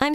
I'm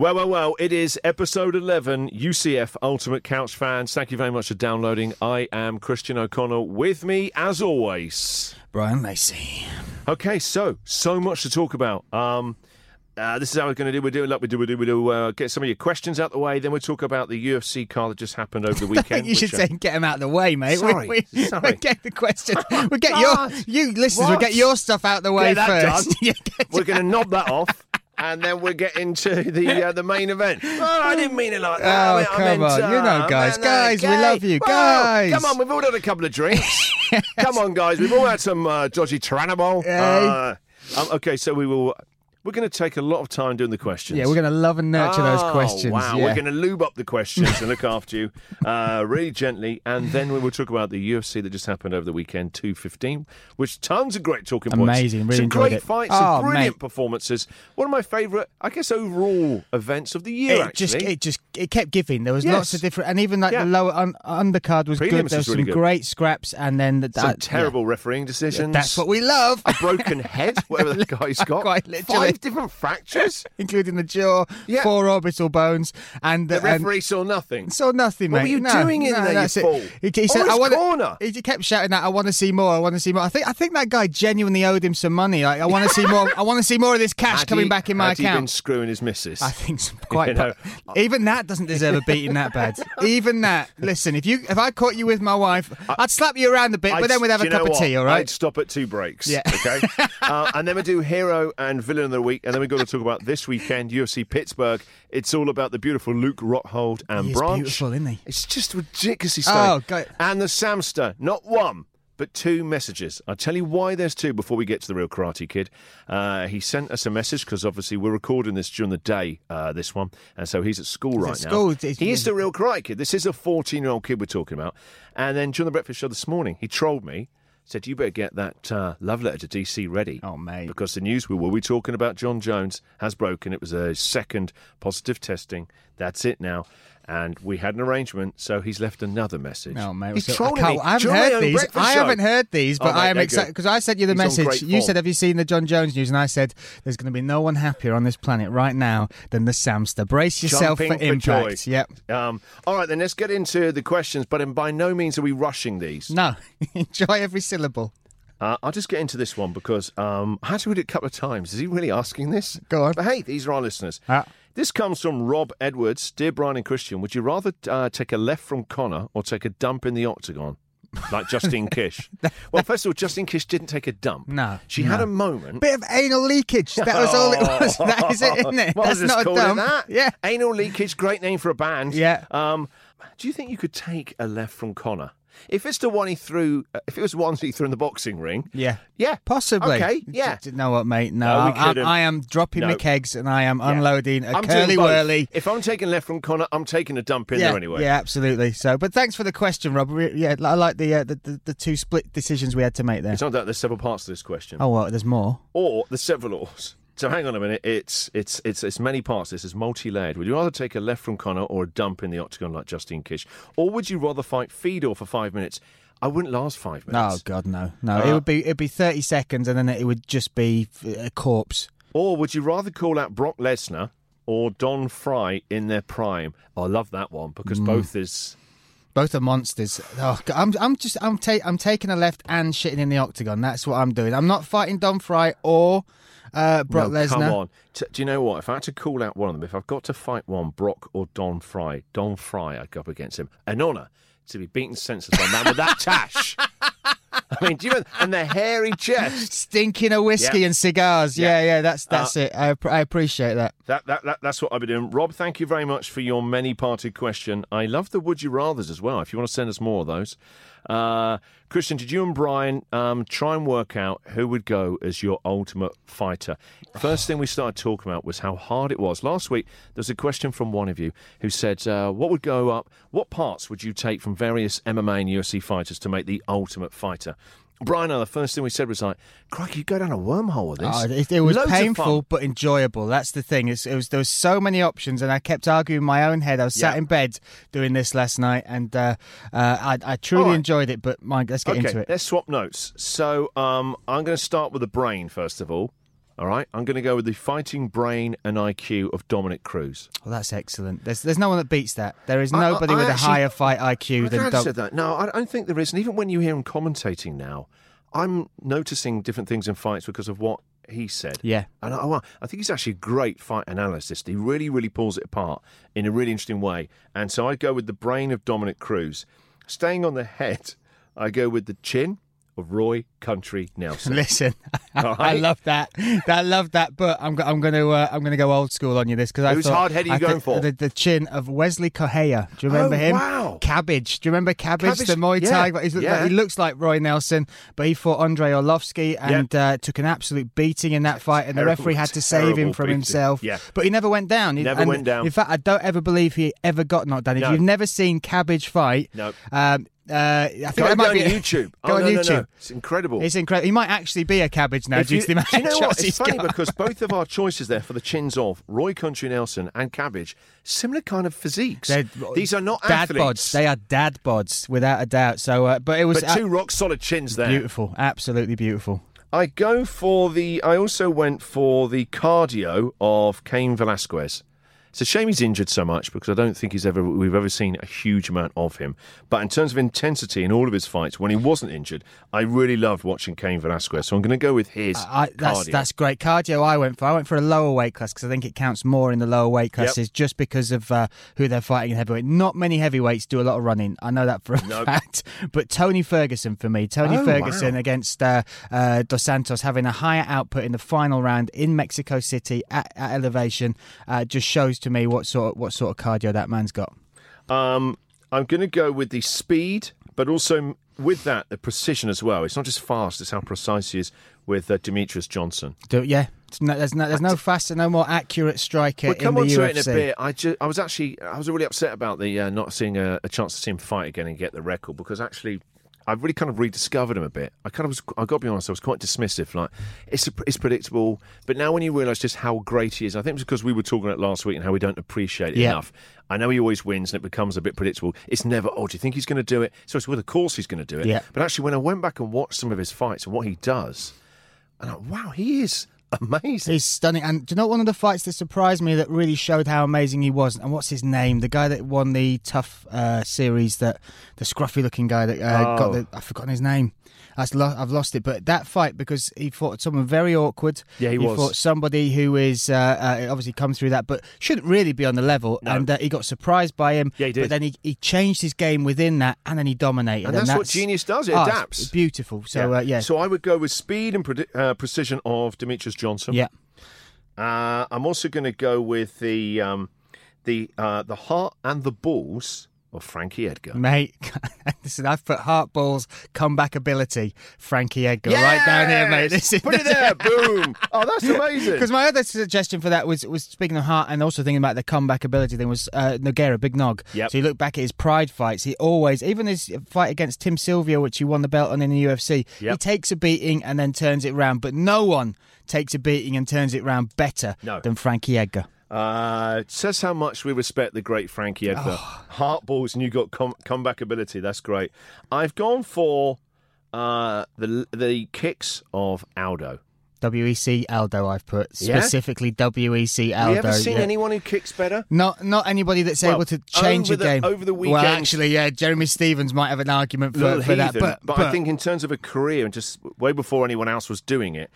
Well, well, well, it is episode 11, UCF Ultimate Couch Fans. Thank you very much for downloading. I am Christian O'Connell with me, as always. Brian Lacey. Okay, so, so much to talk about. Um, uh, this is how we're going to do. We're doing like we do. We do. We do. Uh, get some of your questions out the way. Then we'll talk about the UFC car that just happened over the weekend. you should which, uh, say get him out of the way, mate. Sorry, we, we, sorry. we get the question. We get your you listeners. We What? get your stuff out the way Get that first. done. Yeah, get- We're going to knob that off, and then we're getting to the uh, the main event. Oh, I didn't mean it like that. Oh, I meant- I come meant, on. You uh, know, guys. man, uh, Guys, we gay. love you. Well, Guys. come on. We've all had a couple of drinks. Come on, guys. We've all had some uh, dodgy Tyrannimal. Eh? Uh, um, okay, so we will. We're going to take a lot of time doing the questions. yeah, we're going to love and nurture Oh, those questions. Wow, yeah. we're going to lube up the questions and look after you uh, really gently, and then we will talk about the UFC that just happened over the weekend, two fifteen, which tons of great talking points, Amazing, really some enjoyed great it. fights, Oh, some brilliant mate. performances. One of my favourite, I guess, overall events of the year. it actually. just it just it kept giving. There was Yes. lots of different, and even like Yeah. the lower un, undercard was Prelims good. was There was some really good. great scraps, and then the, some that- yeah. terrible refereeing decisions. That's what we love, a broken head, whatever that guy's got. Quite literally. Five different fractures. including the jaw, Yeah. four orbital bones, and The and- referee saw nothing. um, Saw nothing, What mate. were you No, doing in no, there, you that's it. fool? He, he said, Oh, "I it's want." corner. He he kept shouting that, "I want to see more. I want to see more." I think, I think that guy genuinely owed him some money. Like, I want to see more. I want to see more of this cash Had coming he- back in my had he been account. screwing his missus. I think it's quite. You know. bad. even that doesn't deserve a beating that bad. Even that. Listen, if you if I caught you with my wife, I'd slap you around a bit, I'd- but then we'd have do a you know cup of what? tea. All right. I'd stop at two breaks. Yeah. Okay. uh, and then we do hero and villain of the week, and then we're going to talk about this weekend UFC Pittsburgh. It's all about the beautiful Luke Rockhold and He is Branch. beautiful, isn't he? It's just ridiculously stunning. Oh, go- And the Samster, not one. But two messages. I'll tell you why there's two before we get to the real Karate Kid. Uh, he sent us a message because obviously we're recording this during the day, uh, this one. And so he's at school right at school. now. Oh, It's- He is the real Karate Kid. This is a 14 year old kid we're talking about. And then during the breakfast show this morning, he trolled me, said, You better get that uh, love letter to DC ready. Oh, mate. Because the news we will be talking about John Jones has broken. It was a second positive testing. That's it now. And we had an arrangement, so he's left another message. No, Oh, mate. He's so- trolling I, can't- me I haven't during my heard own these. breakfast I show. haven't heard these, but Oh, mate, I am they're excited good. because I sent you the He's on great message. You form. said, "Have you seen the John Jones news?" And I said, "There's going to be no one happier on this planet right now than the Samster. Brace yourself Jumping for impact." joy. Yep. Um, all right, then let's get into the questions, but in- by no means are we rushing these. No, enjoy every syllable. Uh, I'll just get into this one because um, I had to read it a couple of times. Is he really asking this? Go on. But hey, these are our listeners. Ah. This comes from Rob Edwards. Dear Brian and Christian, would you rather uh, take a left from Connor or take a dump in the octagon? Like Justine Kish. Well, first of all, Justine Kish didn't take a dump. No, She no. had a moment. Bit of anal leakage. That was all it was. That is it, isn't it? Well, That's let's not a call it dump. that. Yeah. Anal leakage, great name for a band. Yeah. Um, do you think you could take a left from Connor? If it's the one he threw, uh, if it was one he threw in the boxing ring, Yeah. yeah, Possibly. Okay, D- yeah. d- you know what, mate? No, No, we I, couldn't. I am dropping No. the kegs and I am unloading a I'm doing curly both. whirly. If I'm taking left from Connor, I'm taking a dump in yeah, there anyway. yeah, absolutely. So, but thanks for the question, Rob. Re- Yeah, I like the, uh, the, the the two split decisions we had to make there. It's not that there's several parts to this question, Oh well, there's more. or there's several ors. So hang on a minute. It's it's it's it's many parts. This is multi-layered. Would you rather take a left from Connor or a dump in the octagon like Justine Kish, or would you rather fight Fedor for five minutes? I wouldn't last five Oh minutes. God, no, no. Uh, it would be it'd be thirty seconds, and then it would just be f- a corpse. Or would you rather call out Brock Lesnar or Don Fry in their prime? Oh, I love that one because both is Both are monsters. Oh, God, I'm I'm just I'm ta- I'm taking a left and shitting in the octagon. That's what I'm doing. I'm not fighting Don Fry or uh, Brock No, Lesnar. Come on. T- do you know what? If I had to call out one of them, if I've got to fight one, Brock or Don Fry, Don Fry, I'd go up against him. An honour to be beaten senseless by a man with that tash. I mean, do you know? And the hairy chest. Stinking of whiskey Yeah. and cigars. Yeah, Yeah. Uh, yeah, that's that's it. I, app- I appreciate that. That, that, that that's what I've been doing. Rob, thank you very much for your many parted question. I love the would you rather's as well. If you want to send us more of those, uh, Christian, did you and Brian um, try and work out who would go as your ultimate fighter? First thing we started talking about was how hard it was. Last week there was a question from one of you who said, uh, "What would go up? What parts would you take from various MMA and UFC fighters to make the ultimate fighter?" Brian, and I, the first thing we said was like, "Crikey, you go down a wormhole with this." Oh, it, it was Loads of fun. painful but enjoyable. That's the thing. It's, it was there was so many options, and I kept arguing in my own head. I was sat Yeah. in bed doing this last night, and uh, uh, I, I truly All right. enjoyed it. But Mike, let's get okay, into it. let's swap notes. So um, I'm going to start with the brain first of all. All right, I'm going to go with the fighting brain and IQ of Dominic Cruz. Well, that's excellent. There's there's no one that beats that. There is I- I- nobody I with actually- a higher fight IQ I'm than glad you Dom- said that. No, I I don't think there is. And even when you hear him commentating now, I'm noticing different things in fights because of what he said. Yeah. And I, I think he's actually a great fight analyst. He really, really pulls it apart in a really interesting way. And so I go with the brain of Dominic Cruz. Staying on the head, I go with the chin of Roy Country Nelson. Listen, All I right. love that. I love that. But I'm go- I'm going to uh, I'm going to go old school on you this because I Whose thought- hard head are you I going thi- for? The, the chin of Wesley Correa. Do you remember Oh, him? wow. Cabbage. Do you remember Cabbage, Cabbage, the Muay yeah, Thai? But he's looked yeah. like, he looks like Roy Nelson, but he fought Andre Orlovsky and uh, took an absolute beating in that fight, and Terrible, the referee had to save him terrible from beating. himself. Yeah. But he never went down. He- Never and went down. In fact, I don't ever believe he ever got knocked down. If No. you've never seen Cabbage fight, No. um, uh, I think Go that might on be YouTube. Go oh, on no, no, YouTube. no. It's incredible. It's incredible. He might actually be a cabbage now If due you, to the amount do you know of what? chops It's he's funny got. because both of our choices there for the chins of Roy Country Nelson and Cabbage, similar kind of physiques. They're- These are not dad bods. athletes, They are dad bods, without a doubt. So, uh, but it was but a- two rock solid chins there. beautiful, absolutely beautiful. I go for the. I also went for the cardio of Cain Velasquez. It's a shame he's injured so much because I don't think he's ever we've ever seen a huge amount of him. But in terms of intensity in all of his fights, when he wasn't injured, I really loved watching Cain Velasquez. So I'm going to go with his I, I- that's cardio. that's great cardio. I went for I went for a lower weight class because I think it counts more in the lower weight classes just because of uh, who they're fighting in heavyweight. Not many heavyweights do a lot of running. I know that for a Nope. fact. But Tony Ferguson for me, Tony Oh, Ferguson wow. against uh, uh, Dos Santos having a higher output in the final round in Mexico City at, at elevation uh, just shows to me what sort of, what sort of cardio that man's got. Um, I'm going to go with the speed, but also with that the precision as well. It's not just fast; it's how precise he is with uh, Demetrius Johnson. Do, yeah, It's no- there's no there's no faster, no more accurate striker We'll come in on the to UFC. it in a bit. I, ju- I was actually I was really upset about the uh, not seeing a, a chance to see him fight again and get the record because actually. I've really kind of rediscovered him a bit. I kind of was, I got to be honest, I was quite dismissive. Like, it's, a, it's predictable. But now when you realise just how great he is, I think it's because we were talking about it last week and how we don't appreciate it Yeah. enough. I know he always wins and it becomes a bit predictable. It's never, oh, do you think he's going to do it? So it's, well, of course he's going to do it. Yeah. But actually, when I went back and watched some of his fights and what he does, and I, wow, he is amazing. He's stunning. And do you know one of the fights that surprised me that really showed how amazing he was? And what's his name? The guy that won the tough uh, series, that the scruffy looking guy that uh, Oh. got the. I've forgotten his name. That's lo- I've lost it. But that fight, because he fought someone very awkward. Yeah, he was. fought somebody who is uh, uh, obviously come through that, but shouldn't really be on the level. No. And uh, he got surprised by him. Yeah, he did. But then he, he changed his game within that and then he dominated. And that's what genius does, it it's adapts. Beautiful. So, uh, yeah. So I would go with speed and predi- uh, precision of Demetrius Johnson. yeah. Uh, I'm also going to go with the um, the uh, the heart and the balls of Frankie Edgar. Mate, listen, I've put heart balls, comeback ability, Frankie Edgar, right down here, mate. This is Put it there. boom. Oh, that's amazing. Because my other suggestion for that was was speaking of heart and also thinking about the comeback ability thing was uh, Nogueira, Big Nog. Yep. So you look back at his pride fights, he always, even his fight against Tim Sylvia, which he won the belt on in the UFC, he Yep. takes a beating and then turns it round. But no one takes a beating and turns it round better No. than Frankie Edgar. Uh, it says how much we respect the great Frankie Edgar. Oh. Heart balls, and you got com- comeback ability. That's great. I've gone for uh, the the kicks of Aldo. WEC E Aldo, I've put Yeah? specifically WEC Aldo. Have you ever seen yeah. anyone who kicks better? Not not anybody that's Well, able to change over a the- game over the Well, weekend- actually, yeah, Jeremy Stevens might have an argument for, little for that, heathen, but, I think in terms of a career and just way before anyone else was doing it,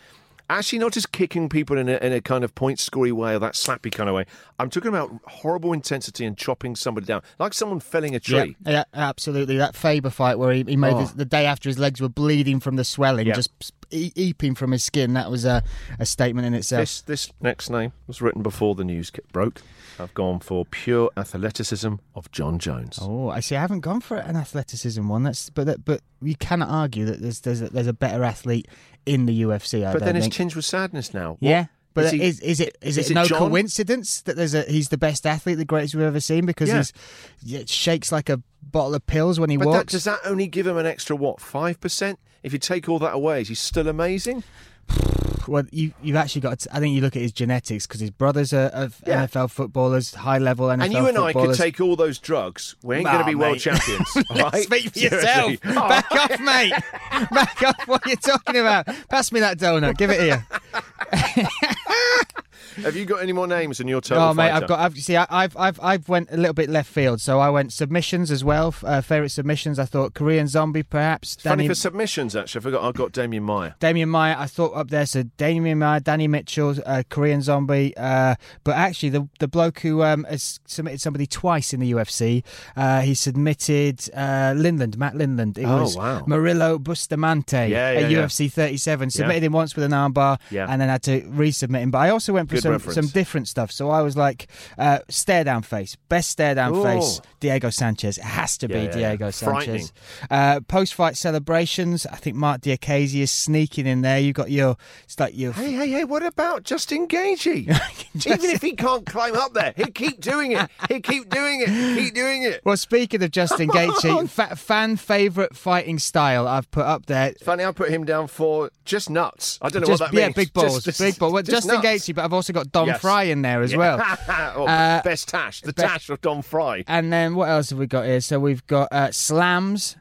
Actually, not just kicking people in a, in a kind of point scory way or that slappy kind of way. I'm talking about horrible intensity and chopping somebody down, like someone felling a tree. Yeah, yeah, absolutely. That Faber fight where he, he made Oh. his, the day after his legs were bleeding from the swelling, Yeah. just e- eeping from his skin. That was a, a statement in itself. This this next name was written before the news ki- broke. I've gone for pure athleticism of John Jones. Oh, I see. I haven't gone for an athleticism one. That's but that, but you cannot argue that there's there's a, there's a better athlete in the UFC. I but don't then think. it's tinged with sadness now. What- yeah. But he- is, is it is, is it it no John? coincidence that there's a he's the best athlete, the greatest we've ever seen, because Yeah. he's yeah, shakes like a bottle of pills when he But that, walks. does that only give him an extra what five percent? If you take all that away, is he still amazing? Well, you you've actually got. To, I think you look at his genetics because his brothers are, are Yeah. NFL footballers, high level NFL and you and I could footballers. take all those drugs. We ain't Nah, going to be world mate. champions. right? Let's Speak for Seriously. Oh. yourself. Back off, mate. Back off. What are you talking about? Pass me that donut. Give it here. Have you got any more names in your total? Oh, mate, fighter? I've got. I've see. I- I've I've I've went a little bit left field. So I went submissions as well. f- Uh, favorite submissions. I thought Korean Zombie, perhaps. Funny Danny, for submissions, actually. I forgot I've got Damien Meyer. Damien Meyer, I thought up there. So Damien Meyer, Danny Mitchell, uh, Korean Zombie. Uh, but actually, the the bloke who um, has submitted somebody twice in the UFC, uh, he submitted uh, Lindland, Matt Lindland. It Oh, was wow. Murillo Bustamante Yeah, yeah, at yeah. UFC 37. Submitted him once with an armbar Yeah. and then had to resubmit him. But I also went for Good some, reference. some different stuff. So I was like, uh, stare down face, best stare down Ooh. face, Diego Sanchez. It has to Yeah, be yeah, yeah. Diego Frightening. Sanchez. Uh, post-fight celebrations. I think Mark Diakese is sneaking in there. You've got your, it's like your. Hey, hey, hey, what about Justin Gagey? Even if he can't climb up there, he'll keep doing it. He'll keep doing it. Keep doing it. Well, speaking of Justin Gaethje, fa- fan favorite fighting style I've put up there. Funny, I put him down for just nuts. I don't know Just, what that yeah, means. big Just- balls, just- big ball. Well, just Justin nuts. Gaethje, but I've also got Don Yes. Fry in there as well. oh, Uh, best Tash, the best- Tash of Don Fry. And then what else have we got here? So we've got uh, slams.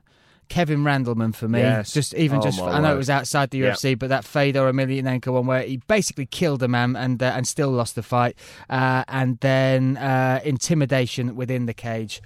Kevin Randleman for me, Yes. just even Oh, just my I know word. it was outside the Yeah. UFC, but that Fedor Emelianenko one where he basically killed a man and uh, and still lost the fight, uh, and then uh, intimidation within the cage,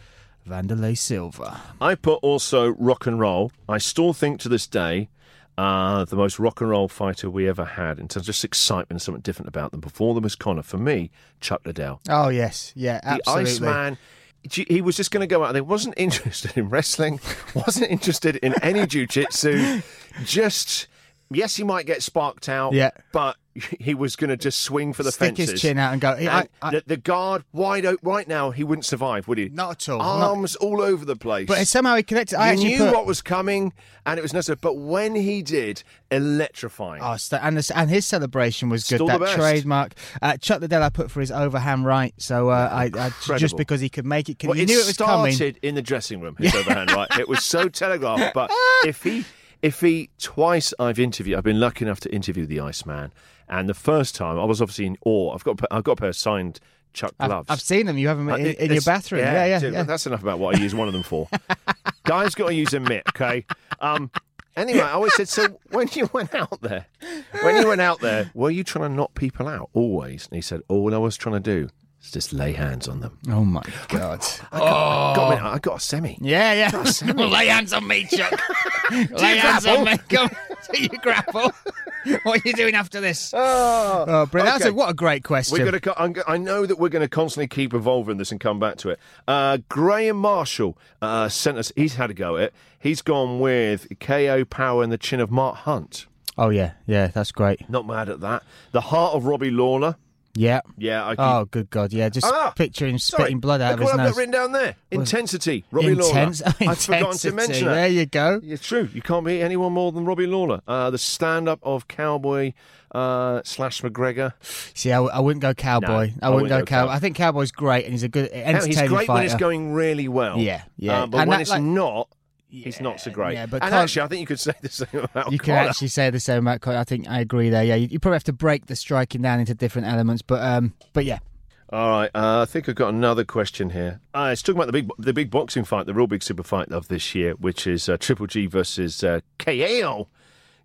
Vanderlei Silva. I put also rock and roll. I still think to this day, uh, the most rock and roll fighter we ever had in terms of just excitement and something different about them. Before them was Connor. For me, Chuck Liddell. Oh yes, yeah, The Iceman. Gee, He was just going to go out there. Wasn't interested in wrestling. Wasn't interested in any jiu-jitsu. Just, yes, he might get sparked out. Yeah. But he was going to just swing for the Stick fences. his chin out and go. I- And I- the, the guard wide open right now. He wouldn't survive, would he? Not at all, not- Arms all over the place. but somehow he connected. I I actually knew put, what was coming, and it was necessary. But when he did, electrifying. Oh, st- and this, and his celebration was good. Still the that best. trademark. Uh, Chuck Liddell, I put for his overhand right. So uh, I, I just Incredible. because he could make it, because well, he it knew it was started coming. in the dressing room. His overhand right. It was so telegraphed. But if he, if he, twice I've interviewed. I've been lucky enough to interview the Iceman, and the first time I was obviously in awe. I've got, a pa- I've got a pair of signed Chuck gloves. I've, I've seen them. You have them Uh, in, it- in your it's- bathroom. Yeah, yeah, yeah. dude, That's enough about what I use one of them for. Guys, got to use a mitt, okay? Um, anyway, I always said, so when you went out there, when you went out there, were you trying to knock people out always? And he said, all I was trying to do is just lay hands on them. Oh my god. I got, Oh. I, got, I got a semi. Yeah, yeah. Semi. Lay hands on me, Chuck. Lay hands on me. Come do you grapple. what are you doing after this? Oh, Oh, brilliant. That's a, okay. what a great question. We're gonna. co- I'm, go- I know that we're going to constantly keep evolving this and come back to it. Uh, Graham Marshall uh, sent us. He's had a go at it. He's gone with KO power in the chin of Mark Hunt. Oh yeah, yeah. That's great. Not mad at that. The heart of Robbie Lawler. Yeah. Yeah, I keep... Oh good god. Yeah. Just Ah! picture him Sorry, spitting blood look out of his what I've nose. got written down there. Intensity, Robbie Intense. Lawler. I'd forgotten Intensity. to mention There that. you go. It's true. You can't beat anyone more than Robbie Lawler. Uh, the stand-up of Cowboy uh, slash McGregor. See, I, w- I wouldn't go cowboy. No, I, wouldn't go, cowboy. I think cowboy's great, and he's a good Now, entertaining he's great fighter. when it's going really well. Yeah, yeah. Uh, but And when that, it's like- not, he's not so great. yeah, but and Con- actually, I think you could say the same about You can Conor. actually say the same about. Connor. I think I agree there. Yeah, you, you probably have to break the striking down into different elements, but um, but yeah, All right, uh, I think I've got another question here. Uh, it's talking about the big, the big boxing fight, the real big super fight of this year, which is uh, Triple G versus uh, KO.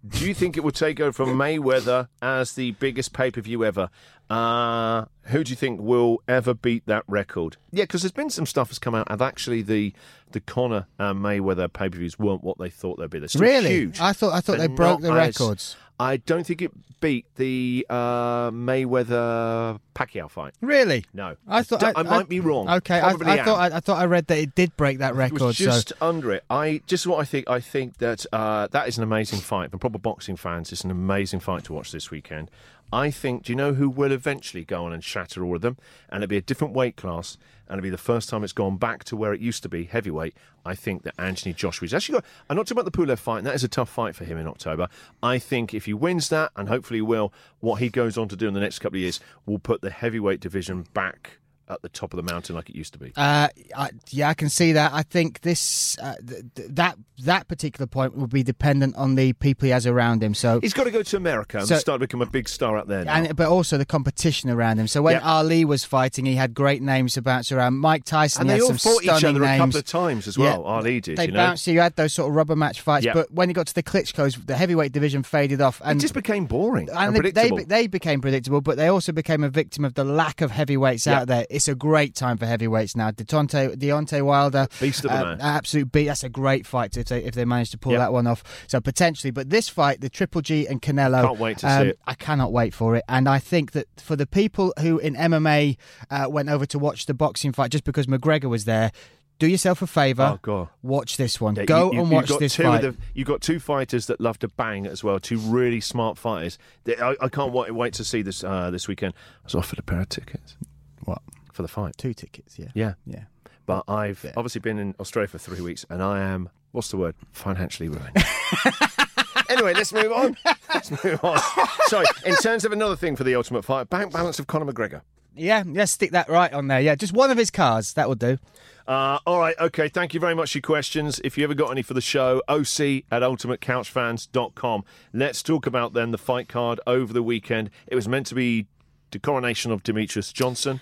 Do you think it will take over from Mayweather as the biggest pay per view ever? Uh, who do you think will ever beat that record? Yeah, because there's been some stuff that's come out, and actually the the Conor and Mayweather pay per views weren't what they thought they'd be. They're still really, huge. I thought I thought but they broke the not as- records. I don't think it beat the uh, Mayweather Pacquiao fight. Really? No. I thought I might be wrong. Okay, I, Probably I am. thought I, I thought I read that it did break that record. It was just so under it. I just what I think. I think that uh, that is an amazing fight. For proper boxing fans, it's an amazing fight to watch this weekend. I think. Do you know who will eventually go on and shatter all of them? And it'll be a different weight class, and it'll be the first time it's gone back to where it used to be, heavyweight. I think that Anthony Joshua's actually got. I'm not talking about the Pulev fight. And that is a tough fight for him in October. I think if he wins that, and hopefully he will, what he goes on to do in the next couple of years will put the heavyweight division back at the top of the mountain like it used to be. uh, I, yeah, I can see that. I think this uh, th- th- that that particular point will be dependent on the people he has around him. So He's got to go to America and So- start to become a big star out there. Now. and but also the competition around him. So when Yeah. Ali was fighting, he had great names to bounce around. Mike Tyson And he they had all some fought each stunning other a names. couple of times as well, Ali did, They you know? bounced. You had those sort of rubber match fights, Yeah. but when it got to the Klitschko's, the heavyweight division faded off, it and just became boring and, and they, they predictable. be- they became predictable, but they also became a victim of the lack of heavyweights Yeah. out there. It's a great time for heavyweights now. Deontay, Deontay Wilder, uh, Beast of a man. absolute beat. That's a great fight if they if they manage to pull Yeah. that one off. So potentially, but this fight, the Triple G and Canelo, um, Can't wait to see it. I cannot wait for it, and I think that for the people who in MMA uh, went over to watch the boxing fight just because McGregor was there. Do yourself a favor. Oh, God. Watch this one. Yeah, Go you- you- and you've watch got this two fight. Of the, you've got two fighters that love to bang as well. Two really smart fighters. They- I, I can't wait, wait to see this uh, this weekend. I was offered a pair of tickets What? for the fight. Two tickets. Yeah. Yeah, Yeah. but I've obviously been in Australia for three weeks, and I am what's the word? Financially ruined. anyway, let's move on. Let's move on. Sorry. In terms of another thing for the ultimate fight, bank balance of Conor McGregor. Yeah, yeah, stick that right on there. Yeah, just one of his cars, that will do. Uh, all right, okay. Thank you very much for your questions. If you ever got any for the show, oc at ultimatecouchfans.com. Let's talk about then the fight card over the weekend. It was meant to be the coronation of Demetrius Johnson.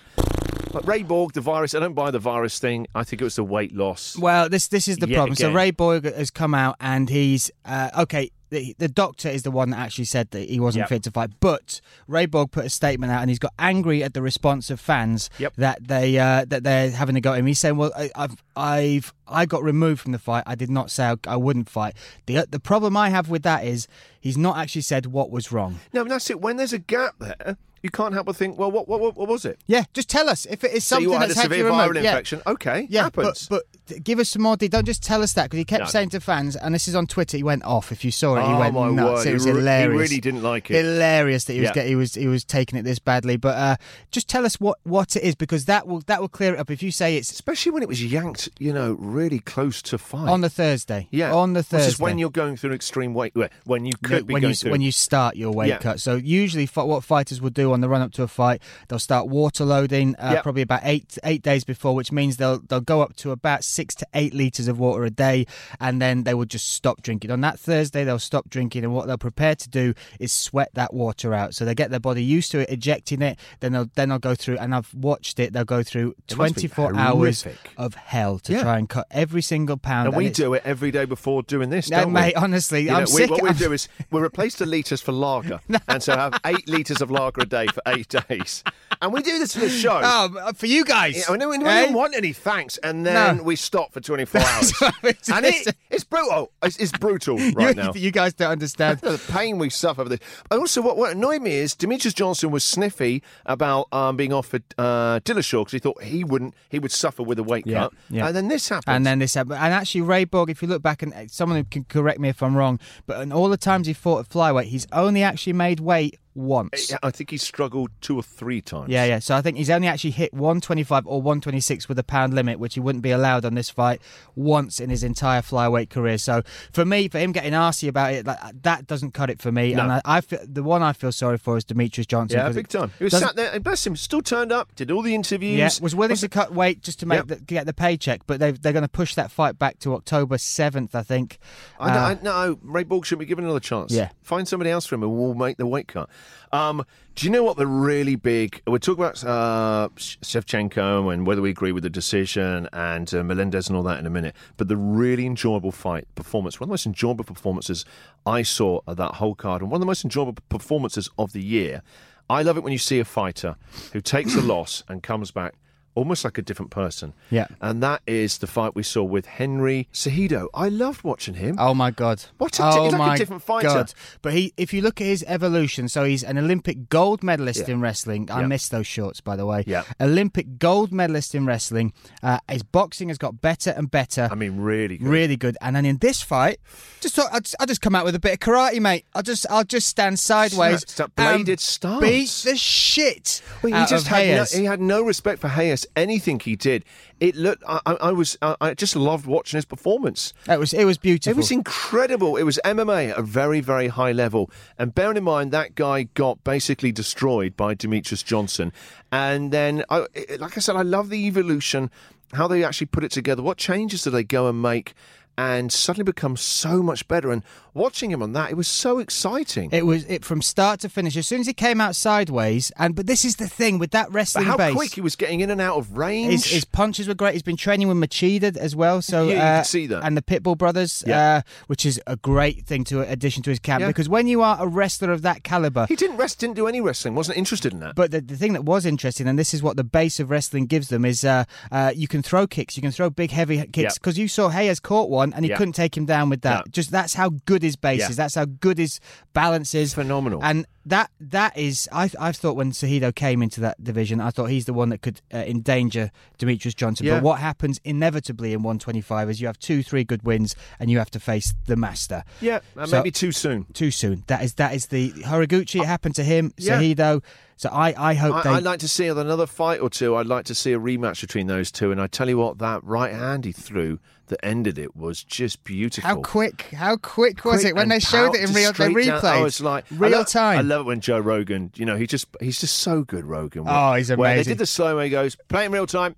But Ray Borg, the virus, I don't buy the virus thing. I think it was the weight loss. Well, this this is the Yet problem. So again. Ray Boyd has come out and he's uh, okay. The, the doctor is the one that actually said that he wasn't Yep. fit to fight, but Ray Borg put a statement out and he's got angry at the response of fans Yep. that they uh, that they're having a go at him. He's saying, "Well, I, I've I've I got removed from the fight. I did not say I, I wouldn't fight." The uh, the problem I have with that is he's not actually said what was wrong. No, but that's it. When there's a gap there, you can't help but think, well, what, what, what, what was it? Yeah, just tell us if it is So something you had a that's had severe you removed. viral Yeah. infection. Okay, Yeah, happens. but but th- give us some more. de- Don't just tell us that because he kept No. saying to fans, and this is on Twitter. He went off. If you saw it, he Oh, went my nuts. word, It was he re- he hilarious. really didn't like it. Hilarious that he was Yeah. get, he was he was taking it this badly. But uh, just tell us what what it is because that will that will clear it up. If you say it's Especially when it was yanked, you know, really close to fight. on the Thursday, Yeah, on the Thursday, Which is when you're going through extreme weight, well, when you No, could be when going you through. when you start your weight Yeah. cut. So usually, fi- what fighters will do on the run up to a fight, they'll start water loading uh, Yeah. probably about eight eight days before, which means they'll they'll go up to about six to eight liters of water a day, and then they will just stop drinking. On that Thursday, they'll stop drinking, and what they'll prepare to do is sweat that water out. So they get their body used to it, ejecting it. Then they'll then they'll go through, and I've watched it. They'll go through It must twenty be four hours horrific. of hell to Yeah. try and cut every single pound. and we it's- do it every day before doing this, No, don't we? mate, honestly, You I'm know, we- sick. What we I'm- do is we replace the litres for lager, and so have eight litres of lager a day for eight days. And we do this for the show. Oh, for you guys. Yeah, I know we don't Eh? want any thanks, and then No. we stop for 24 hours. what I was and gonna it, say. it's brutal. Oh, It's, it's brutal right you, now. you guys don't understand. the pain we suffer with this. And also, what, what annoyed me is Demetrius Johnson was sniffy about um, being offered uh, Dillashaw because he thought he wouldn't, he would suffer with a weight Yeah, cut. yeah. And then this happened. and then this happened. And actually, Ray Borg, if you look back, and uh, someone who can correct me if I'm wrong, but in all the times he fought at flyweight, he's only actually made weight once. I think he struggled two or three times. Yeah, yeah. So I think he's only actually hit 125 or 126 with a pound limit, which he wouldn't be allowed on this fight once in his entire flyweight career. So for me, for him getting arsy about it, like, that doesn't cut it for me. No. And I, I feel, the one I feel sorry for is Demetrius Johnson. Yeah, 'cause big it time. He was doesn't- sat there, and bless him, still turned up, did all the interviews. Yeah, was willing What's to cut weight just to make Yep. the, get the paycheck, but they they're going to push that fight back to October seventh, I think. I, I, no, Ray Borg should be given another chance. Uh, Yeah. Find somebody else for him and we'll make the weight cut. Um, do you know what the really big. We're talking about uh, Shevchenko and whether we agree with the decision and uh, Melendez and all that in a minute. But the really enjoyable fight performance, one of the most enjoyable performances I saw of that whole card and one of the most enjoyable performances of the year. I love it when you see a fighter who takes a loss and comes back almost like a different person. Yeah. And that is the fight we saw with Henry Cejudo. I loved watching him. Oh my god! What a- oh he's like a my different fighter. But he, if you look at his evolution, so he's an Olympic gold medalist Yeah. in wrestling. I Yeah. miss those shorts, by the way. Yeah. Olympic gold medalist in wrestling. Uh, his boxing has got better and better. I mean, really good. Really good, and then in this fight, just thought I'll just, I'll just come out with a bit of karate, mate. I'll just I'll just stand sideways, It's that and bladed stance. beat the shit Well, he out just of had no, Hayes. he had no respect for Hayes. Anything he did, it looked. I, I I was. I, I just loved watching his performance. It was it was beautiful. It was incredible. It was MMA at a very, very high level. And bearing in mind that guy got basically destroyed by Demetrius Johnson, and then, I, it- like I said, I love the evolution, how they actually put it together. What changes do they go and make, and suddenly become so much better? And watching him on that, it was so exciting. It was it from start to finish. As soon as he came out sideways, and but this is the thing with that but wrestling how base. quick he was getting in and out of range. his, his punches were great. He's been training with Machida as well, so Yeah, you uh, could see that. And the Pitbull brothers, Yeah. uh, which is a great thing to addition to his camp Yeah. because when you are a wrestler of that caliber, he didn't rest. Didn't do any wrestling. Wasn't interested in that. But the, the thing that was interesting, and this is what the base of wrestling gives them, is uh, uh, you can throw kicks, you can throw big heavy kicks, Yeah. because you saw Hayes caught one and he Yeah. couldn't take him down with that. No. Just that's how good his base Yeah. is, that's how good his balance is. Phenomenal. And that that is, I I thought when Sahido came into that division, I thought he's the one that could uh, endanger Demetrius Johnson. Yeah. But what happens inevitably in 125 is you have two, three good wins, and you have to face the master. yeah, uh, So- maybe too soon. Too soon. That is that is the Horiguchi. It happened to him. Yeah. Sahido. So I I hope I, they. I'd like to see another fight or two. I'd like to see a rematch between those two. And I tell you what, that right hand he threw that ended it was just beautiful. How quick? How quick was Quick it when and they showed it in pow- real they straight down. I replay? was like I real love- time. I love it when Joe Rogan. You know, he just he's just so good. Rogan. Oh, he's Where they amazing. did the slow mo. He goes play in real time.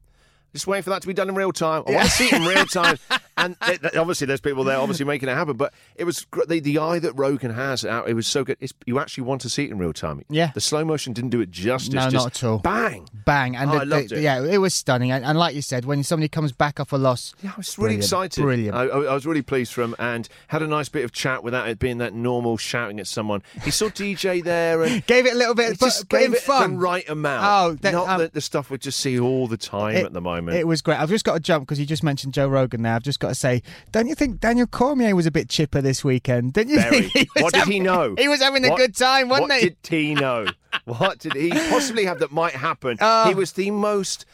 Just waiting for that to be done in real time. I want to see it in real time. And it, it- obviously, there's people there obviously making it happen. But it was gr- the, the eye that Rogan has out. It was so good. It's, you actually want to see it in real time. Yeah. The slow motion didn't do it justice. No, just not at all. Bang. Bang! And Oh, the- I loved the- it. yeah, it was stunning. And, and like you said, when somebody comes back off a loss, Yeah, I was really Brilliant. excited. Brilliant. I, I I was really pleased for him and had a nice bit of chat without it being that normal shouting at someone. He saw DJ there and gave it a little he bit, but, just but gave in it fun. the right amount. Oh, that- not um, the, the stuff we just see all the time It- at the moment. It was great. I've just got to jump because you just mentioned Joe Rogan. There, I've just got to say, don't you think Daniel Cormier was a bit chipper this weekend? Didn't you? Very. Think he was what did he having- know? He was having a What- good time, wasn't what he? did he know? what did he possibly have that might happen? Oh. he was the most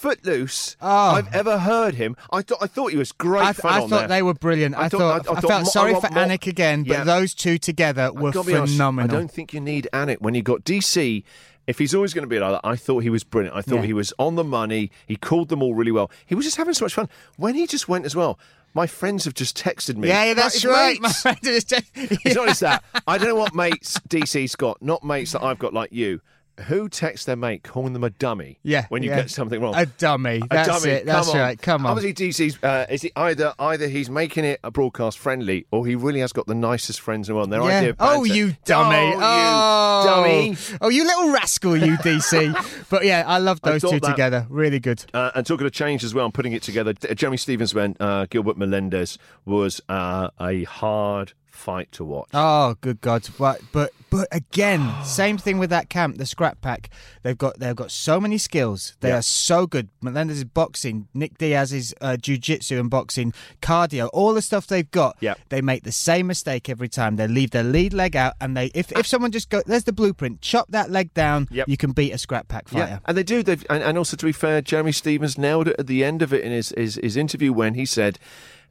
footloose I've ever heard him. I thought I thought he was great I, th- fun I on thought there. they were brilliant. I, thought, I, felt mo- sorry want for more- Anik again, but Yeah. those two together I've were gotta be honest, phenomenal. I don't think you need Anik when you got DC. If he's always going to be like that, I thought he was brilliant. I thought Yeah. he was on the money. He called them all really well. He was just having so much fun. When he just went as well, my friends have just texted me. yeah, yeah, that's "That's right. mates." My friend was just- it's not just that. I don't know what mates DC's got, not mates that I've got like you. Who texts their mate calling them a dummy Yeah, when you yeah. get something wrong? A dummy. A That's dummy. it. That's Come on. right. Come on. Obviously, DC's uh, is it either either he's making it a broadcast friendly, or he really has got the nicest friends in the world. Their Yeah. idea. of oh, banter. you dummy! Oh, you dummy! Oh, you little rascal, you DC! but yeah, I love I those thought two that- together. Really good. Uh, and talking of change as well, and putting it together. D- Jeremy Stevens went. Uh, Gilbert Melendez was uh, a hard fight to watch. Oh, good God! But but but again, same thing with that camp, the scrap pack. They've got they've got so many skills. They Yeah. are so good. Melendez is boxing, Nick Diaz is uh, jujitsu and boxing, cardio, all the stuff they've got. Yeah. they make the same mistake every time. They leave their lead leg out, and they if if someone just go, there's the blueprint. Chop that leg down. Yep. you can beat a scrap pack fighter. Yeah, and they do. They've, and, and also, to be fair, Jeremy Stevens nailed it at the end of it in his, his, his interview when he said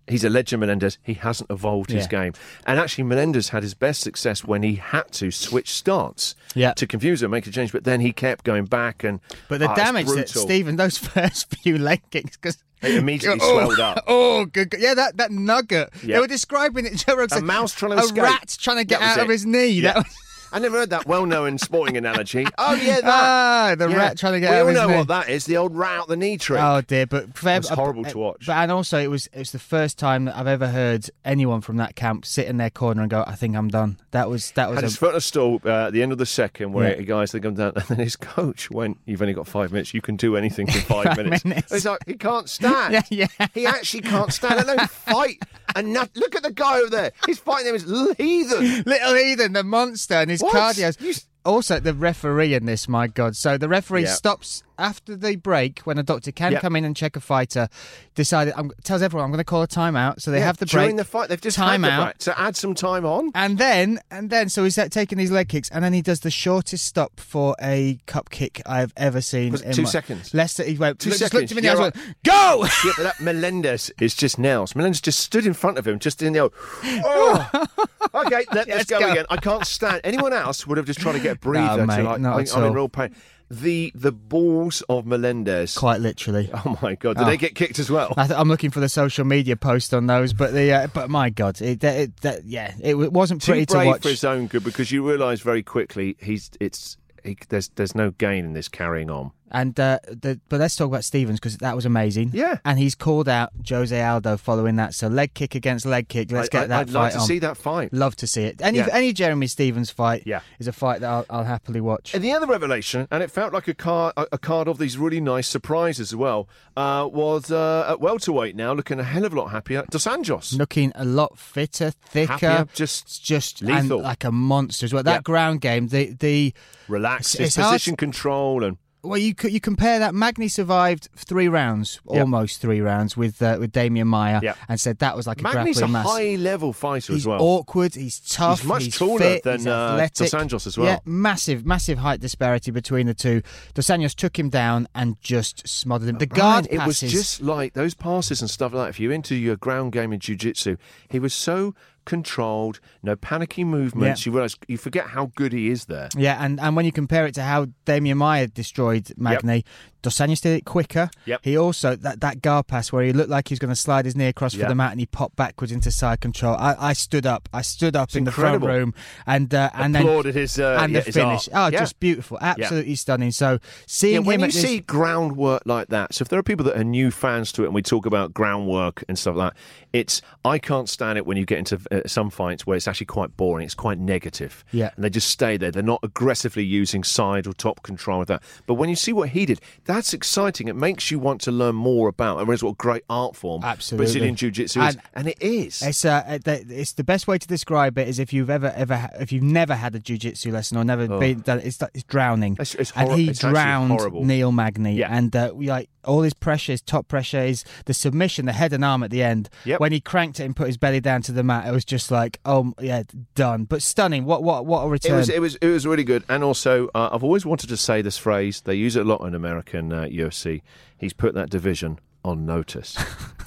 he's a legend, Menendez. He hasn't evolved his Yeah. game. And actually, Menendez had his best success when he had to switch stance Yeah. to confuse him, make a change. But then he kept going back. and But the ah, it's damage that brutal. Stephen those first few leg kicks because It immediately swelled up. Oh, good, good. yeah, that that nugget. Yeah. They were describing it. Joe Rogan A said, mouse trying to a escape. rat trying to get That was out of it. his knee. Yeah. That I was, never heard that well-known sporting analogy. Oh yeah, that. Ah, the Yeah. rat trying to get we out of all his know knee. what that is. The old rat out the knee trick. Oh dear, but fair, was horrible to watch. uh, But and also it was it was the first time that I've ever heard anyone from that camp sit in their corner and go, "I think I'm done." That was that was Had a- his foot on a stall uh, at the end of the second, where Yeah. the guys they come down, and then his coach went, "You've only got five minutes. You can do anything for five, minutes." minutes. It's like he can't stand. Yeah, yeah. He actually can't stand. Let alone fight. And no- look at the guy over there. He's fighting him as heathen. Little Ethan, the monster, and his What? cardio. You s- Also, the referee in this, my God. So the referee Yeah. stops after the break, when a doctor can Yep. come in and check a fighter, decided um, tells everyone I'm going to call a timeout. So they Yeah, have the break during the fight. They've just had the timeout. break. So add some time on. And then, and then, so he's like, taking these leg kicks, and then he does the shortest stop for a cup kick I've ever seen. Was it in two my- seconds? Leicester, he went. Two look- just looked seconds, him in the yeah, eyes, right. went, go. yeah, but that Melendez is just nails. Melendez just stood in front of him, just in the old. Oh, okay, let, Let's us go, go. again. I can't stand anyone else would have just tried to get a Nah, breather. to mate, like, not I, at I'm in all. real pain. The the balls of Melendez. Quite literally. Oh my god! Did Ah. they get kicked as well? I th- I'm looking for the social media post on those, but the uh, but my God, it, that- it, that, yeah, it, w- wasn't Too pretty brave to watch. for his own good because you realise very quickly he's it's he, there's there's no gain in this carrying on. And uh, the, but let's talk about Stevens because that was amazing. Yeah. and he's called out Jose Aldo following that. So leg kick against leg kick. Let's I- get I- that I'd fight like to on. see that fight. Love to see it. Any Yeah. any Jeremy Stevens fight Yeah. is a fight that I'll, I'll happily watch. And the other revelation, and it felt like a card, a a card of these really nice surprises as well, uh, was uh, at welterweight now looking a hell of a lot happier. Dos Anjos. looking a lot fitter, thicker, Happier, just just lethal. and like a monster as well. That Yeah. ground game, the the relaxed, It's- his it's hard position control, and well, you could you compare that. Magny survived three rounds, Yep. almost three rounds with uh, with Damien Meyer, Yep. and said that was like a Magny's a grappling mass. high level fighter He's as well. awkward. He's tough. He's much taller fit, than, he's uh, Dos athletic. Anjos as well. Yeah, massive, massive height disparity between the two. Dos Anjos took him down and just smothered him. The guard Ryan, it was passes. just like those passes and stuff like that. If you're into your ground game in jiu-jitsu, he was so controlled, no panicky movements. Yeah. You realize you forget how good he is there. Yeah, and, and when you compare it to how Damien Meyer destroyed Magny, Dos Anjos did it quicker. Yep. He also that that guard pass where he looked like he was going to slide his knee across Yeah. for the mat, and he popped backwards into side control. I, I stood up. I stood up It's in the incredible. front room and uh, and Applauded then his, uh, and yeah, the his finish. art. Oh, Yeah. just beautiful, absolutely stunning. So seeing Yeah, when him you at this- see groundwork like that, so if there are people that are new fans to it, and we talk about groundwork and stuff like that, it's I can't stand it when you get into uh, some fights where it's actually quite boring, it's quite negative, Yeah. and they just stay there. They're not aggressively using side or top control with that. But when you see what he did, that's exciting. It makes you want to learn more about and realize what a great art form Absolutely. Brazilian Jiu Jitsu is, And- and it is. It's uh, th- it's the best way to describe it is if you've ever ever ha- if you've never had a jujitsu lesson or never been done it's like- it's drowning. Oh. It's- it's and horri- he it's actually drowned horrible. Neil Magny, Yeah. and uh, we like all his pressure, his top pressure is the submission, the head and arm at the end. Yep. When he cranked it and put his belly down to the mat, it was just like oh yeah, done. But stunning. What what what a It return. was, it was it was really good, and also uh, I've always wanted to say this phrase. They use it a lot in American uh, UFC. He's put that division on notice.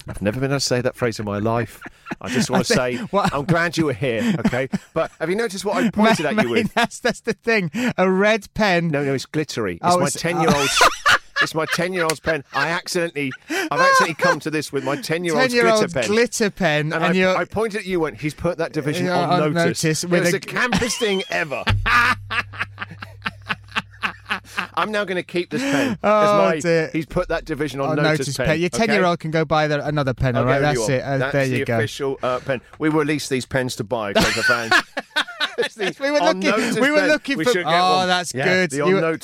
I've never been able to say that phrase in my life. I just want to say what- I'm glad you were here. Okay, but have you noticed what I pointed Ma- at you mate, with? That's that's the thing. A red pen. No, no, it's glittery. It's Oh, my it's- oh. ten year old's. It's my ten-year-old's pen. I accidentally, I've accidentally come to this with my ten-year-old's glitter Ten-year-old pen. glitter pen, and and, I, you're I pointed at you and he's put that division Yeah, on, on notice. notice It with was the a- campest thing ever. I'm now going to keep this pen. as Oh, my, dear. He's put that division on on notice, Oh, notice pen. pen. Your okay? ten-year-old can go buy the, another pen. I'll all right, go with you that's on. it. Uh, That's there the you go. official uh, pen. We will release these pens to buy okay, for fans. It's the We were on looking- notice we were pen. looking We for- should get Oh, one. that's Yeah, good. The on You were- notice.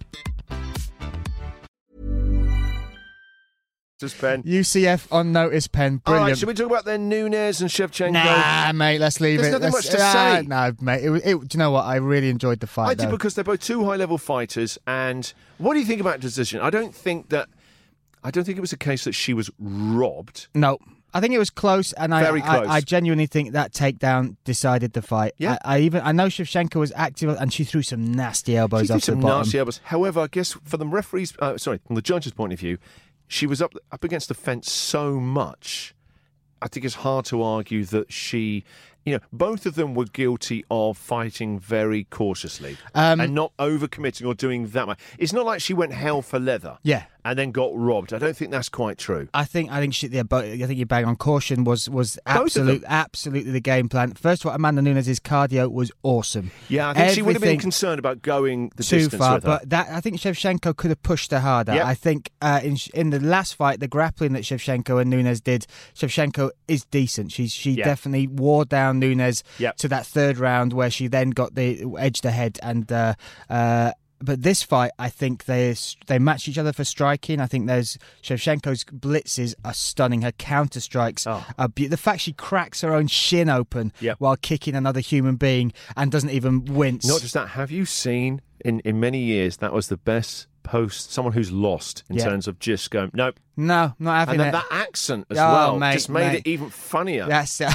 Just pen. UCF on notice pen. All Brilliant. right, should we talk about their Nunez and Shevchenko? Nah, mate, let's leave There's it. nothing Let's- much to Ah, say. No, mate. It, was- it, do you know what? I really enjoyed the fight. I did though. because they're both two high-level fighters. And what do you think about the decision? I don't think that. I don't think it was a case that she was robbed. no, I think it was close, and I, Very close. I, I genuinely think that takedown decided the fight. Yeah. I, I even I know Shevchenko was active, and she threw some nasty elbows She did off some the bottom. nasty elbows. However, I guess from the referee's, uh, sorry, from the judge's point of view, she was up up against the fence so much. I think it's hard to argue that she, you know, both of them were guilty of fighting very cautiously Um, and not overcommitting or doing that much. It's not like she went hell for leather, Yeah. and then got robbed. I don't think that's quite true. I think I think she, yeah, but I think you bang on caution was was Both of absolute them. absolutely the game plan. First of all, Amanda Nunes' cardio was awesome. Yeah, I think she would have been Everything- concerned about going the too distance far, with her. but that I think Shevchenko could have pushed her harder. Yep. I think uh, in in the last fight, the grappling that Shevchenko and Nunes did, Shevchenko is decent. She she Yeah. definitely wore down Nunes Yep. to that third round where she then got the edged ahead and. Uh, uh, but this fight, I think they they match each other for striking. I think there's Shevchenko's blitzes are stunning. Her counter strikes Oh. are be- the fact she cracks her own shin open Yep. while kicking another human being and doesn't even wince. Not just that. Have you seen in in many years that was the best post someone who's lost in Yeah. terms of just going nope, no, not having and then it. that accent as Oh, well mate, just made mate. it even funnier. That's uh,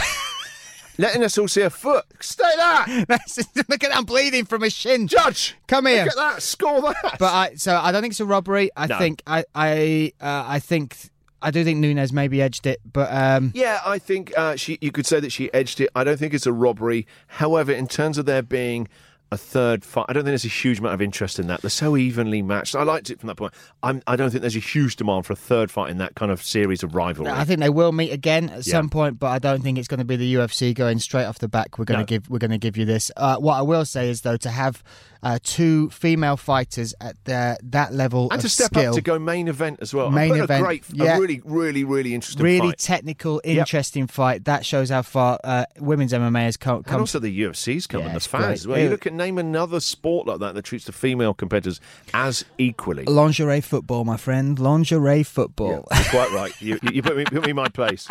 Letting us all see a foot. Stay there, that's look at that, I'm bleeding from a shin. judge. Come here. Look at that. Score that. But I so I don't think it's a robbery. I No. think I I uh, I think I do think Nunes maybe edged it, but um yeah, I think uh, she. You could say that she edged it. I don't think it's a robbery. However, in terms of there being a third fight, I don't think there's a huge amount of interest in that. They're so evenly matched. I liked it from that point. I'm, I don't think there's a huge demand for a third fight in that kind of series of rivalry. I think they will meet again at Yeah. some point, but I don't think it's going to be the UFC going straight off the back. We're going No. to give we're going to give you this. Uh, what I will say is though to have uh, two female fighters at their, that level and of to step skill, up to go main event as well. Main Main event, a great, yeah. a really, really, really interesting really fight. technical, interesting fight that shows how far uh, women's MMA has co- and come. also the UFC's coming, Yeah, the it's fans great. as well. You It- look at name another sport like that that treats the female competitors as equally. Lingerie football, my friend. Lingerie football. You're quite right. You, you put me put me in my place.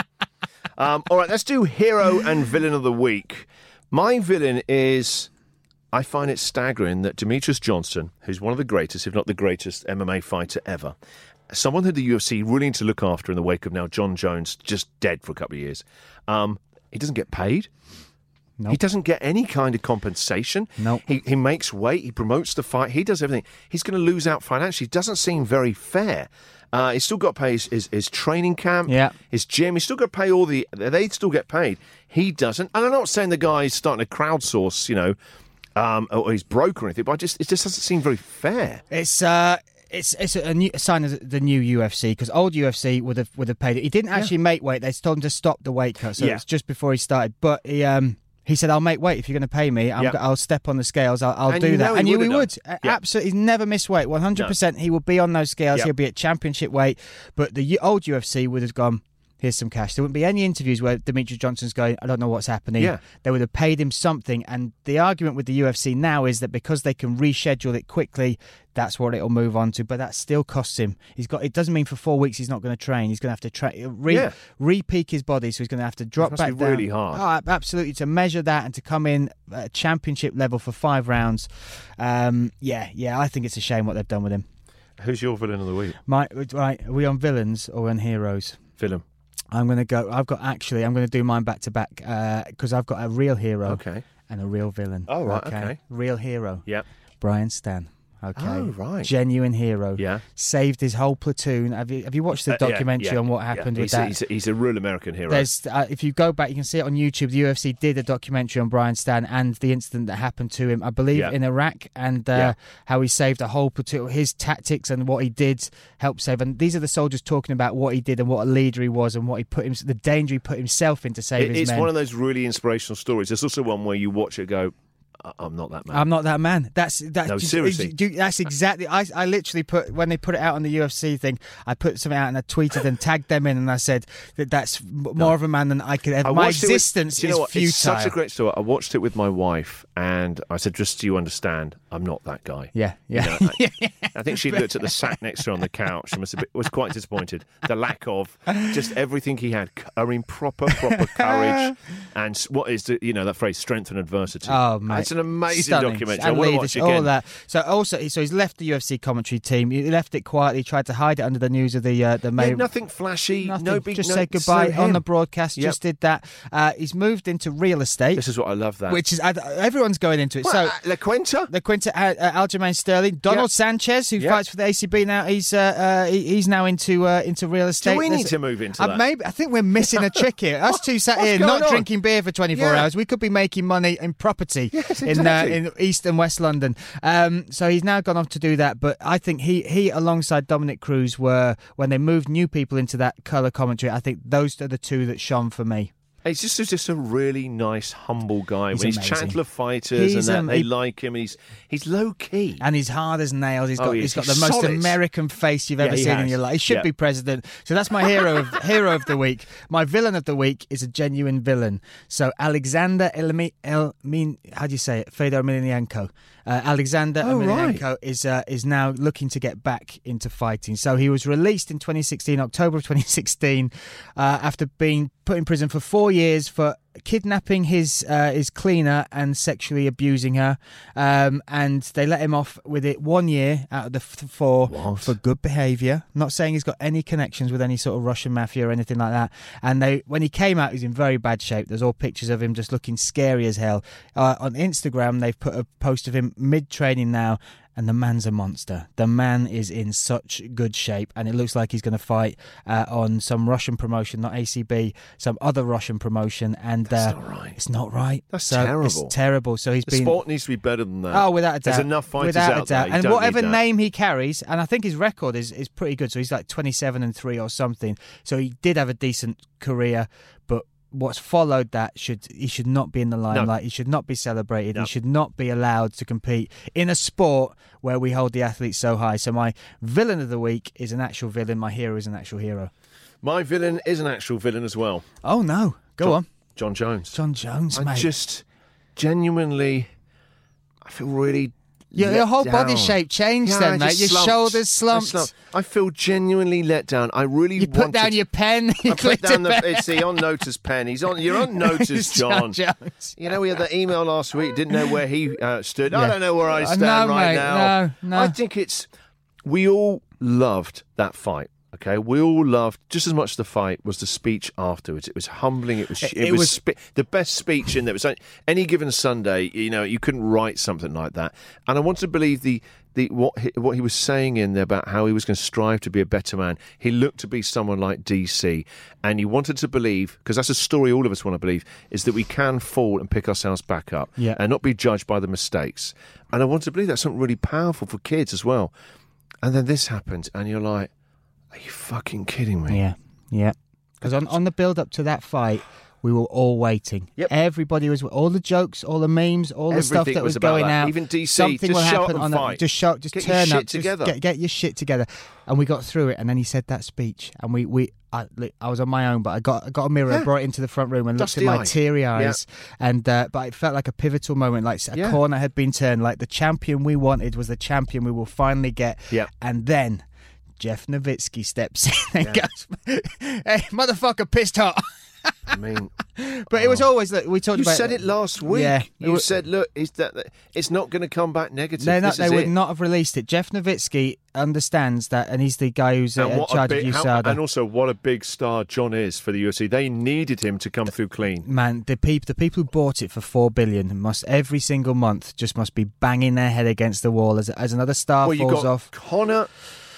Um, all right, let's do hero and villain of the week. My villain is. I find it staggering that Demetrius Johnson, who's one of the greatest, if not the greatest, MMA fighter ever, someone that the UFC really need to look after in the wake of now John Jones just dead for a couple of years. Um, he doesn't get paid. He doesn't get any kind of compensation. Nope. He, he makes weight, he promotes the fight, he does everything. He's going to lose out financially. Doesn't seem very fair. Uh, he's still got to pay his, his, his training camp, Yeah. Um, his gym. He's still got to pay all the. They still get paid. He doesn't. And I'm not saying the guy's starting to crowdsource, you know, um, or he's broke or anything, but I just it just doesn't seem very fair. It's uh, it's it's a, new, a sign of the new UFC because old UFC would have would have paid it. He didn't actually make weight; they told him to stop the weight cut, so Yeah. it's just before he started. But he um. He said, "I'll make weight if you're going to pay me. I'm Yeah. go- I'll step on the scales. I'll, I'll And do you that." know he and you, he would would have done. Yeah. absolutely. He's never missed weight. 100. percent He will be on those scales. Yeah. He'll be at championship weight. But the U- old UFC would have gone. Here's some cash. There wouldn't be any interviews where Demetrius Johnson's going. I don't know what's happening. Yeah. They would have paid him something. And the argument with the UFC now is that because they can reschedule it quickly, that's what it'll move on to. But that still costs him. He's got. It doesn't mean for four weeks he's not going to train. He's going to have to tra- re Yeah. re-peak his body, so he's going to have to drop must back be down. really hard. Oh, ab- absolutely. To measure that and to come in at championship level for five rounds, um, yeah, yeah. I think it's a shame what they've done with him. Who's your villain of the week? My, right, are we on villains or on heroes? Villain. I'm gonna go. I've got actually. I'm gonna do mine back to back because I've got a real hero Okay. and a real villain. Oh, right, okay. Real hero, Yeah. Brian Stan. Okay. Oh, right. Genuine hero. Yeah. Saved his whole platoon. Have you Have you watched the Uh, yeah, documentary yeah, on what yeah. happened with he's, that? He's a, he's a real American hero. There's, uh, if you go back, you can see it on YouTube. The UFC did a documentary on Brian Stan and the incident that happened to him, I believe, Yeah. in Iraq, and uh, Yeah. how he saved a whole platoon. His tactics and what he did helped save. And these are the soldiers talking about what he did and what a leader he was and what he put him, the danger he put himself in to save It- his it's men. one of those really inspirational stories. There's also one where you watch it and go, "I- I'm not that man. I'm not that man. That's that's No, seriously. do- do- that's exactly. I, I literally put when they put it out on the UFC thing. I put something out and I tweeted and tagged them in, and I said that that's m- more of a man than I could ever. I My watched it with- existence do you know is what? futile. It's such a great story. I watched it with my wife, and I said, "Just so you understand, I'm not that guy." yeah, yeah. You know, I, I think she looked at the sack next to her on the couch and was a bit, was quite disappointed. The lack of just everything he had. C- I mean, proper, proper courage, and s- what is the, you know that phrase, strength and adversity. Oh, mate. It's an amazing Stunning. documentary. I And want to watch leaders, again. All that. So also, so he's left the UFC commentary team. He left it quietly. Tried to hide it under the news of the uh, the May. Yeah, nothing flashy. Nothing. No big. just no, said goodbye so on the him. broadcast. Yep. Just did that. Uh, he's moved into real estate, This is what I love. That which is I- everyone's going into it. Well, so uh, La Quinta. the Quinta uh, uh, Aljamain Sterling, Yep. Donald Sanchez, who Yep. fights for the ACB now. He's uh, uh, he- he's now into uh, into real estate. we need to move into uh, that? Maybe I think we're missing a trick here. Us two sat What's here going not on? drinking beer for 24 Yeah. hours. We could be making money in property Yes, in uh, exactly. in East and West London. Um, so he's now gone off to do that. But I think he he alongside Dominic Cruz were when they moved new people into that color commentary. I think those are the two that shone for me. He's just he's just a really nice, humble guy. He's when he's amazing. Chandler fighters He's, and that, um, they he- like him. And he's he's low key. and he's hard as nails. He's Oh, got he he's is. got He's the most solid. American face you've Yeah, ever he seen in has. your life. He should Yeah. be president. So that's my hero of hero of the week. My villain of the week is a genuine villain. So Alexander Elmi, Elmin, how do you say it? Fedor Emelianenko. Uh, Alexander Oh, Emelianenko is uh, is now looking to get back into fighting. So he was released in 2016, October of 2016, uh, after being put in prison for four years for kidnapping his uh, his cleaner and sexually abusing her. Um, and they let him off with it one year out of the f- four for good behaviour. Not saying he's got any connections with any sort of Russian mafia or anything like that. And they when he came out, he was in very bad shape. There's all pictures of him just looking scary as hell. Uh, on Instagram, they've put a post of him mid training now. And the man's a monster. The man is in such good shape, and it looks like he's going to fight uh, on some Russian promotion, not ACB, some other Russian promotion. And uh, not right. it's not right. That's So terrible. It's terrible. So he's The been. sport needs to be better than that. Oh, without a doubt. There's enough fighters without out a doubt. there. You And don't need whatever that. name he carries, and I think his record is, is pretty good. So he's like 27 and 3 or something. So he did have a decent career, but what's followed that should he should not be in the limelight. He should not be celebrated. No. He should not be allowed to compete in a sport where we hold the athletes so high. So my villain of the week is an actual villain. My hero is an actual hero. My villain is an actual villain as well. Oh no. Go John- on. John Jones. John Jones, I mate. just gegenuinely, I feel really. Your, your let whole body down. shape changed Yeah, I then, mate. just Your slumped. shoulders I slumped. I feel genuinely let down. I really You put wanted- down your pen. You I put clicked down it the. back. It's the on notice pen. He's on. You're on notice, It's John. Jones. You know, we had that email last week. Didn't know where he uh, stood. I Yeah. don't know where I Uh, stand no, right mate, now. no, no. I think it's. We all loved that fight. Okay, we all loved just as much. The fight was the speech afterwards. It was humbling. It was. It, it was, was- spe- the best speech in there. It was like any given Sunday. You know, you couldn't write something like that. And I want to believe the. The, what he, what he was saying in there about how he was going to strive to be a better man, he looked to be someone like DC, and you wanted to believe because that's a story all of us want to believe is that we can fall and pick ourselves back up, Yeah. and not be judged by the mistakes. And I want to believe that's something really powerful for kids as well. And then this happens, and you're like, "Are you fucking kidding me?" Yeah, yeah. Because on, on the build up to that fight, we were all waiting. Yep. Everybody was all the jokes, all the memes, all the stuff Everything that was, was about going that. out. Even DC, something just will show up happen and on the- fight. just show, just Get your turn shit up, just together. Get, get your shit together. And we got through it, and then he said that speech, and we we I, look, I was on my own, but I got I got a mirror, Yeah. brought it into the front room, and Dusty looked at my eye. teary Yeah. eyes, and uh, but it felt like a pivotal moment, like a Yeah. corner had been turned, like the champion we wanted was the champion we will finally get, Yep. and then. Jeff Nowitzki steps in and goes, "Hey, motherfucker, pissed hot." I mean, But it was always like we talked Oh. you about. said it last week. Yeah, you said, "Look, is that it's not going to come back negative." They, not, This they is would it. not have released it. Jeff Nowitzki understands that, and he's the guy who's uh, And in what a charge big- of how- USADA. and also, what a big star John is for the UFC. They needed him to come through clean. Man, the people, the people who bought it for four billion must every single month just must be banging their head against the wall as, as another star well, you falls got off. Connor.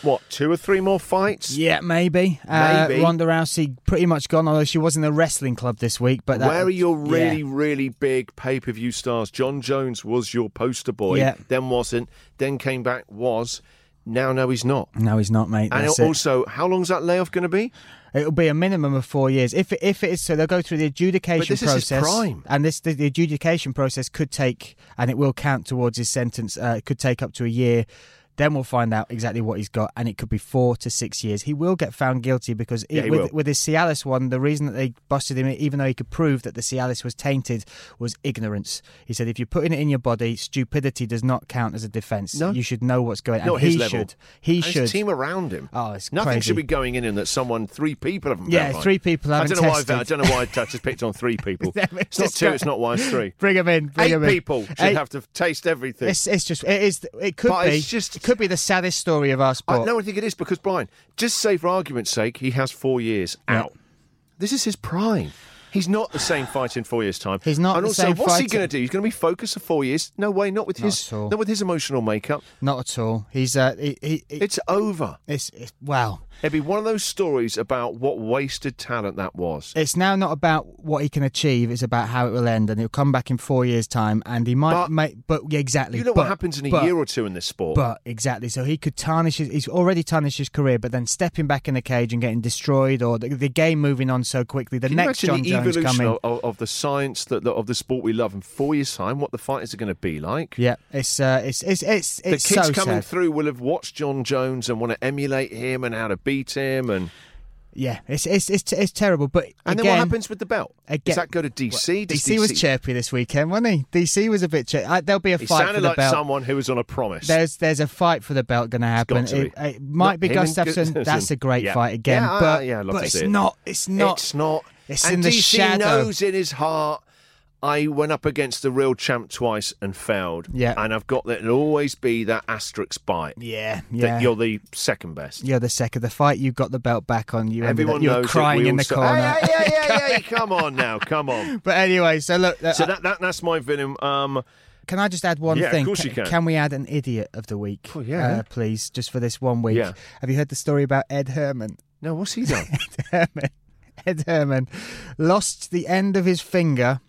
What two or three more fights? Yeah, maybe. Uh, Maybe. Ronda Rousey pretty much gone, although she was in the wrestling club this week. But that, Where are your really, Yeah. really big pay per view stars? John Jones was your poster boy, Yeah. then wasn't, then came back, was. Now, no, he's not. No, he's not, mate. And That's it. also, how long's that layoff going to be? It'll be a minimum of four years. If it, if it is so, they'll go through the adjudication But this is his process, prime. and this the, the adjudication process could take, and it will count towards his sentence. Uh, it could take up to a year. Then we'll find out exactly what he's got, and it could be four to six years. He will get found guilty because he- Yeah, he with, will. with his Cialis one, the reason that they busted him, even though he could prove that the Cialis was tainted, was ignorance. He said, if you're putting it in your body, stupidity does not count as a defence. No. You should know what's going on. Not he his level. should. He And should. His team around him. Oh, it's Nothing crazy. should be going in him that someone, three people haven't Yeah, voted on. three people I haven't don't know why I, tested. voted- I don't know why I just picked on three people. it's not Just two, go- it's not one, it's three. Bring him in. Bring Eight him in. people should Eight- have to taste everything. It's, it's just it is it could But be it's just- it could be the saddest story of our I, sport. no, I think it is because Brian, just say for argument's sake, he has four years Yeah. out. This is his prime. He's not the same fight in four years' time. He's not And the also, same what's he fighter. going to do? He's going to be focused for four years. No way. Not with Not his. at all. Not with his emotional makeup. Not at all. He's uh he, he, he- It's over. it's, it's wow. It'd be one of those stories about what wasted talent that was. It's now not about what he can achieve; it's about how it will end, and he'll come back in four years' time, and he might But- make. But yeah, exactly. You know but- what happens in a but- year or two in this sport. But exactly, so he could tarnish his. He's already tarnished his career, but then stepping back in the cage and getting destroyed, or the, the game moving on so quickly. The Can you next John imagine the Jones evolution coming. of, of, of the science that, that- of the sport we love in four years' time? What the fighters are going to be like? Yeah, it's uh, it's it's it's The it's kids so coming sad. through will have watched John Jones and want to emulate him and how to beat him and. Yeah, it's it's it's, it's terrible. But And then again, what happens with the belt? again- Does that go to DC? Does DC was chirpy this weekend, wasn't he? DC was a bit chirpy. I, there'll be a He fight for sounded the like belt. someone who was on a promise. There's there's a fight for the belt going to happen. got to it, be. it might Not be him and Gustafsson. Gustafsson. That's a great Yeah. fight again, Yeah, I- but, I- yeah, I'd love but to it's see it. not. It's not. It's not. It's and in the DC shadow. knows in his heart. I went up against the real champ twice and failed. Yeah. And I've got that. It'll always be that asterisk bite Yeah, that yeah. you're the second best. You're the second. The fight you got the belt back on. You ended Everyone up, you knows were that crying we in all the sa- corner. Hey, hey, hey, hey, hey, come on now, come on. But anyway, so look. uh, So that, that that's my venom. Um, Can I just add one Yeah, of thing? course Ca- you can. we add an idiot of the week? Oh, yeah. uh, please, just for this one week. Yeah. Have you heard the story about Ed Herman? no, what's he done? Herman, Ed Herman lost the end of his finger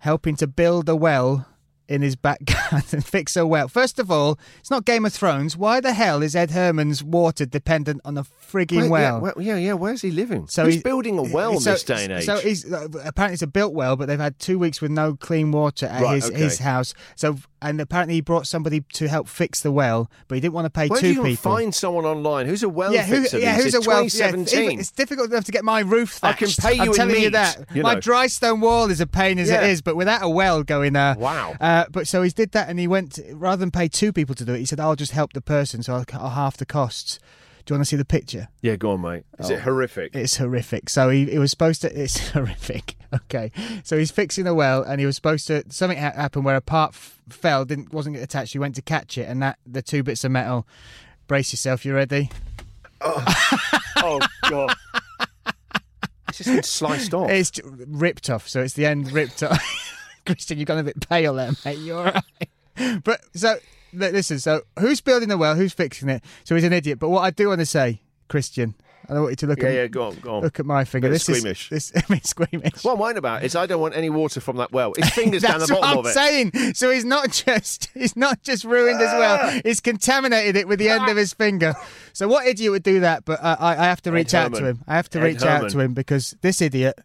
helping to build a well in his back garden, fix a well. First of all, it's not Game of Thrones. Why the hell is Ed Herman's water dependent on a frigging Wait, well? Yeah, where- yeah, yeah. Where's he living? So he's, building a well in so- this day and age. So he's uh, apparently it's a built well, but they've had two weeks with no clean water at Right, his, okay. his house. So and apparently he brought somebody to help fix the well, but he didn't want to pay Where two do you people. find someone online who's a well yeah, who, fixer? yeah, these who's a days? well? Yeah, 2017. it's difficult enough to get my roof. I can Thatched. pay you I'm in telling you meat, that. you My know. dry stone wall is a pain as Yeah. it is, but without a well going there. Wow. Uh, but so he did that, and he went rather than pay two people to do it. He said, "I'll just help the person, so I'll, I'll half the costs." Do you want to see the picture? yeah, go on, mate. Oh. Is it horrific? It's horrific. So he, he was supposed to. It's horrific. Okay. So he's fixing a well, and he was supposed to. Something ha- happened where a part f- fell, didn't wasn't attached. He went to catch it, and that the two bits of metal. Brace yourself. You ready? oh god. It's just been sliced off. It's j- ripped off. So it's the end ripped off. Christian, you've gone a bit pale there, mate. You're all right. But so li- listen. So who's building the well? Who's fixing it? So he's an idiot. But what I do want to say, Christian, I want you to look yeah, at yeah, go on, go on. look at my finger. Bit This squeamish. is this. I mean, squeamish. What I'm worried about is I don't want any water from that well. His fingers down That's the bottom what of it. I'm saying. So he's not just he's not just ruined his well. He's contaminated it with the end of his finger. So what idiot would do that? But uh, I, I, I have to reach out to Herman. him. I have to Ed reach out Herman. to him because this idiot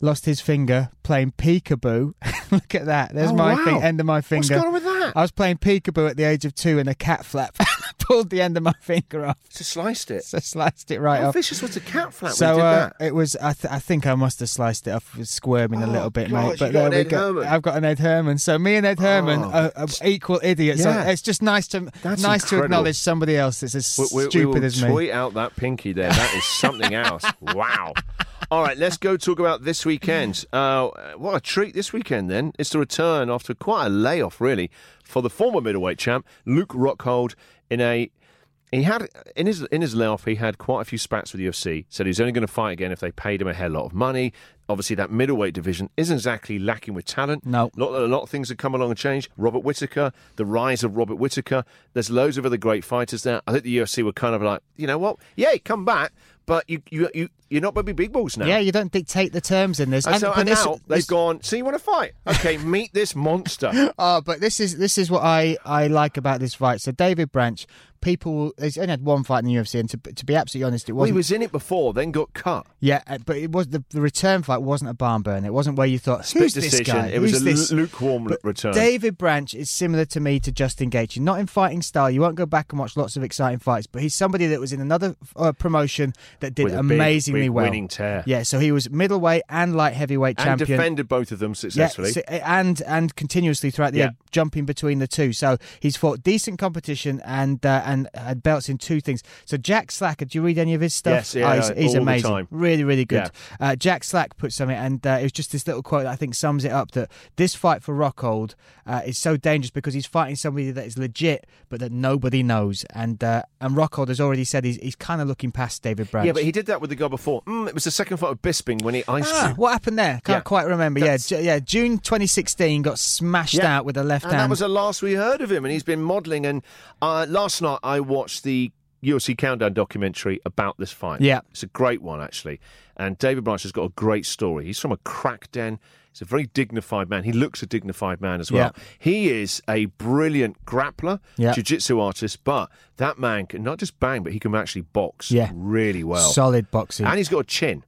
lost his finger playing peekaboo. Look at that. There's Oh, my fi- wow. end of my What's finger. going on with that? I was playing peekaboo at the age of two in a cat flap. Pulled the end of my finger off. Just sliced it. So sliced it right How off. vicious was the cat flap when So he did uh, that? it was. I, th- I think I must have sliced it off, was squirming a Oh, little bit, God, mate. you got But there an we Ed go. Herman. I've got an Ed Herman. So me and Ed Herman Oh. are, are equal idiots. Yeah. So it's just nice to That's nice to incredible. acknowledge somebody else that's as We- we, stupid we will as me. tweet out that pinky there. That is something else. Wow. All right, let's go talk about this weekend. Uh, what a treat this weekend, then. It's the return after quite a layoff, really, for the former middleweight champ, Luke Rockhold, in a. He had in his in his layoff. He had quite a few spats with UFC. Said he was only going to fight again if they paid him a hell lot of money. Obviously, that middleweight division isn't exactly lacking with talent. No. lot, a lot of things have come along and changed. Robert Whitaker, the rise of Robert Whitaker. There's loads of other great fighters there. I think the UFC were kind of like, you know what? Yeah, come back, but you you you you're not Bobby Big Balls now. Yeah, you don't dictate the terms in this. And, so, but and this- now this- they've gone. So you want to fight? Okay, meet this monster. Oh, but this is this is what I, I like about this fight. So David Branch, people, he's only had one fight in the UFC, and to, to be absolutely honest, it well, he wasn't. was in it before, then got cut. Yeah, uh, but it was the, the return fight that wasn't a barn burner. It wasn't where you thought, Split who's decision. this guy? It was Who's a this? lu- lukewarm But return. David Branch is similar to me to Justin Gaethje. Not in fighting style. You won't go back and watch lots of exciting fights, but he's somebody that was in another uh, promotion that did With a big, amazingly big well. winning tear. Yeah, so he was middleweight and light heavyweight and champion. defended both of them Yeah, successfully. so- and and continuously throughout the Yeah. year, jumping between the two. So he's fought decent competition and uh, and had belts in two things. So Jack Slack, did you read any of his stuff? Yes, yeah, Oh, he's, he's all the amazing, time. really, really good. Uh, Jack Slack put something, and uh, it was just this little quote that I think sums it up: that this fight for Rockhold uh, is so dangerous because he's fighting somebody that is legit, but that nobody knows. And uh, and Rockhold has already said he's he's kind of looking past David Branch. Yeah, but he did that with the guy before. Mm, it was the second fight with Bisping when he iced Ah, him. what happened there? Can't Yeah. quite remember. Yeah, That's- Ju- yeah. June 2016 got smashed Yeah. out with a left and hand. that was the last we heard of him, and he's been modelling. And uh, last night I watched the UFC Countdown documentary about this fight. Yeah. It's a great one, actually. And David Branch has got a great story. He's from a crack den. He's a very dignified man. He looks a dignified man as well. Yeah. He is a brilliant grappler, Yeah. jiu-jitsu artist, but that man can not just bang, but he can actually box Yeah. really well. Solid boxing. And he's got a chin.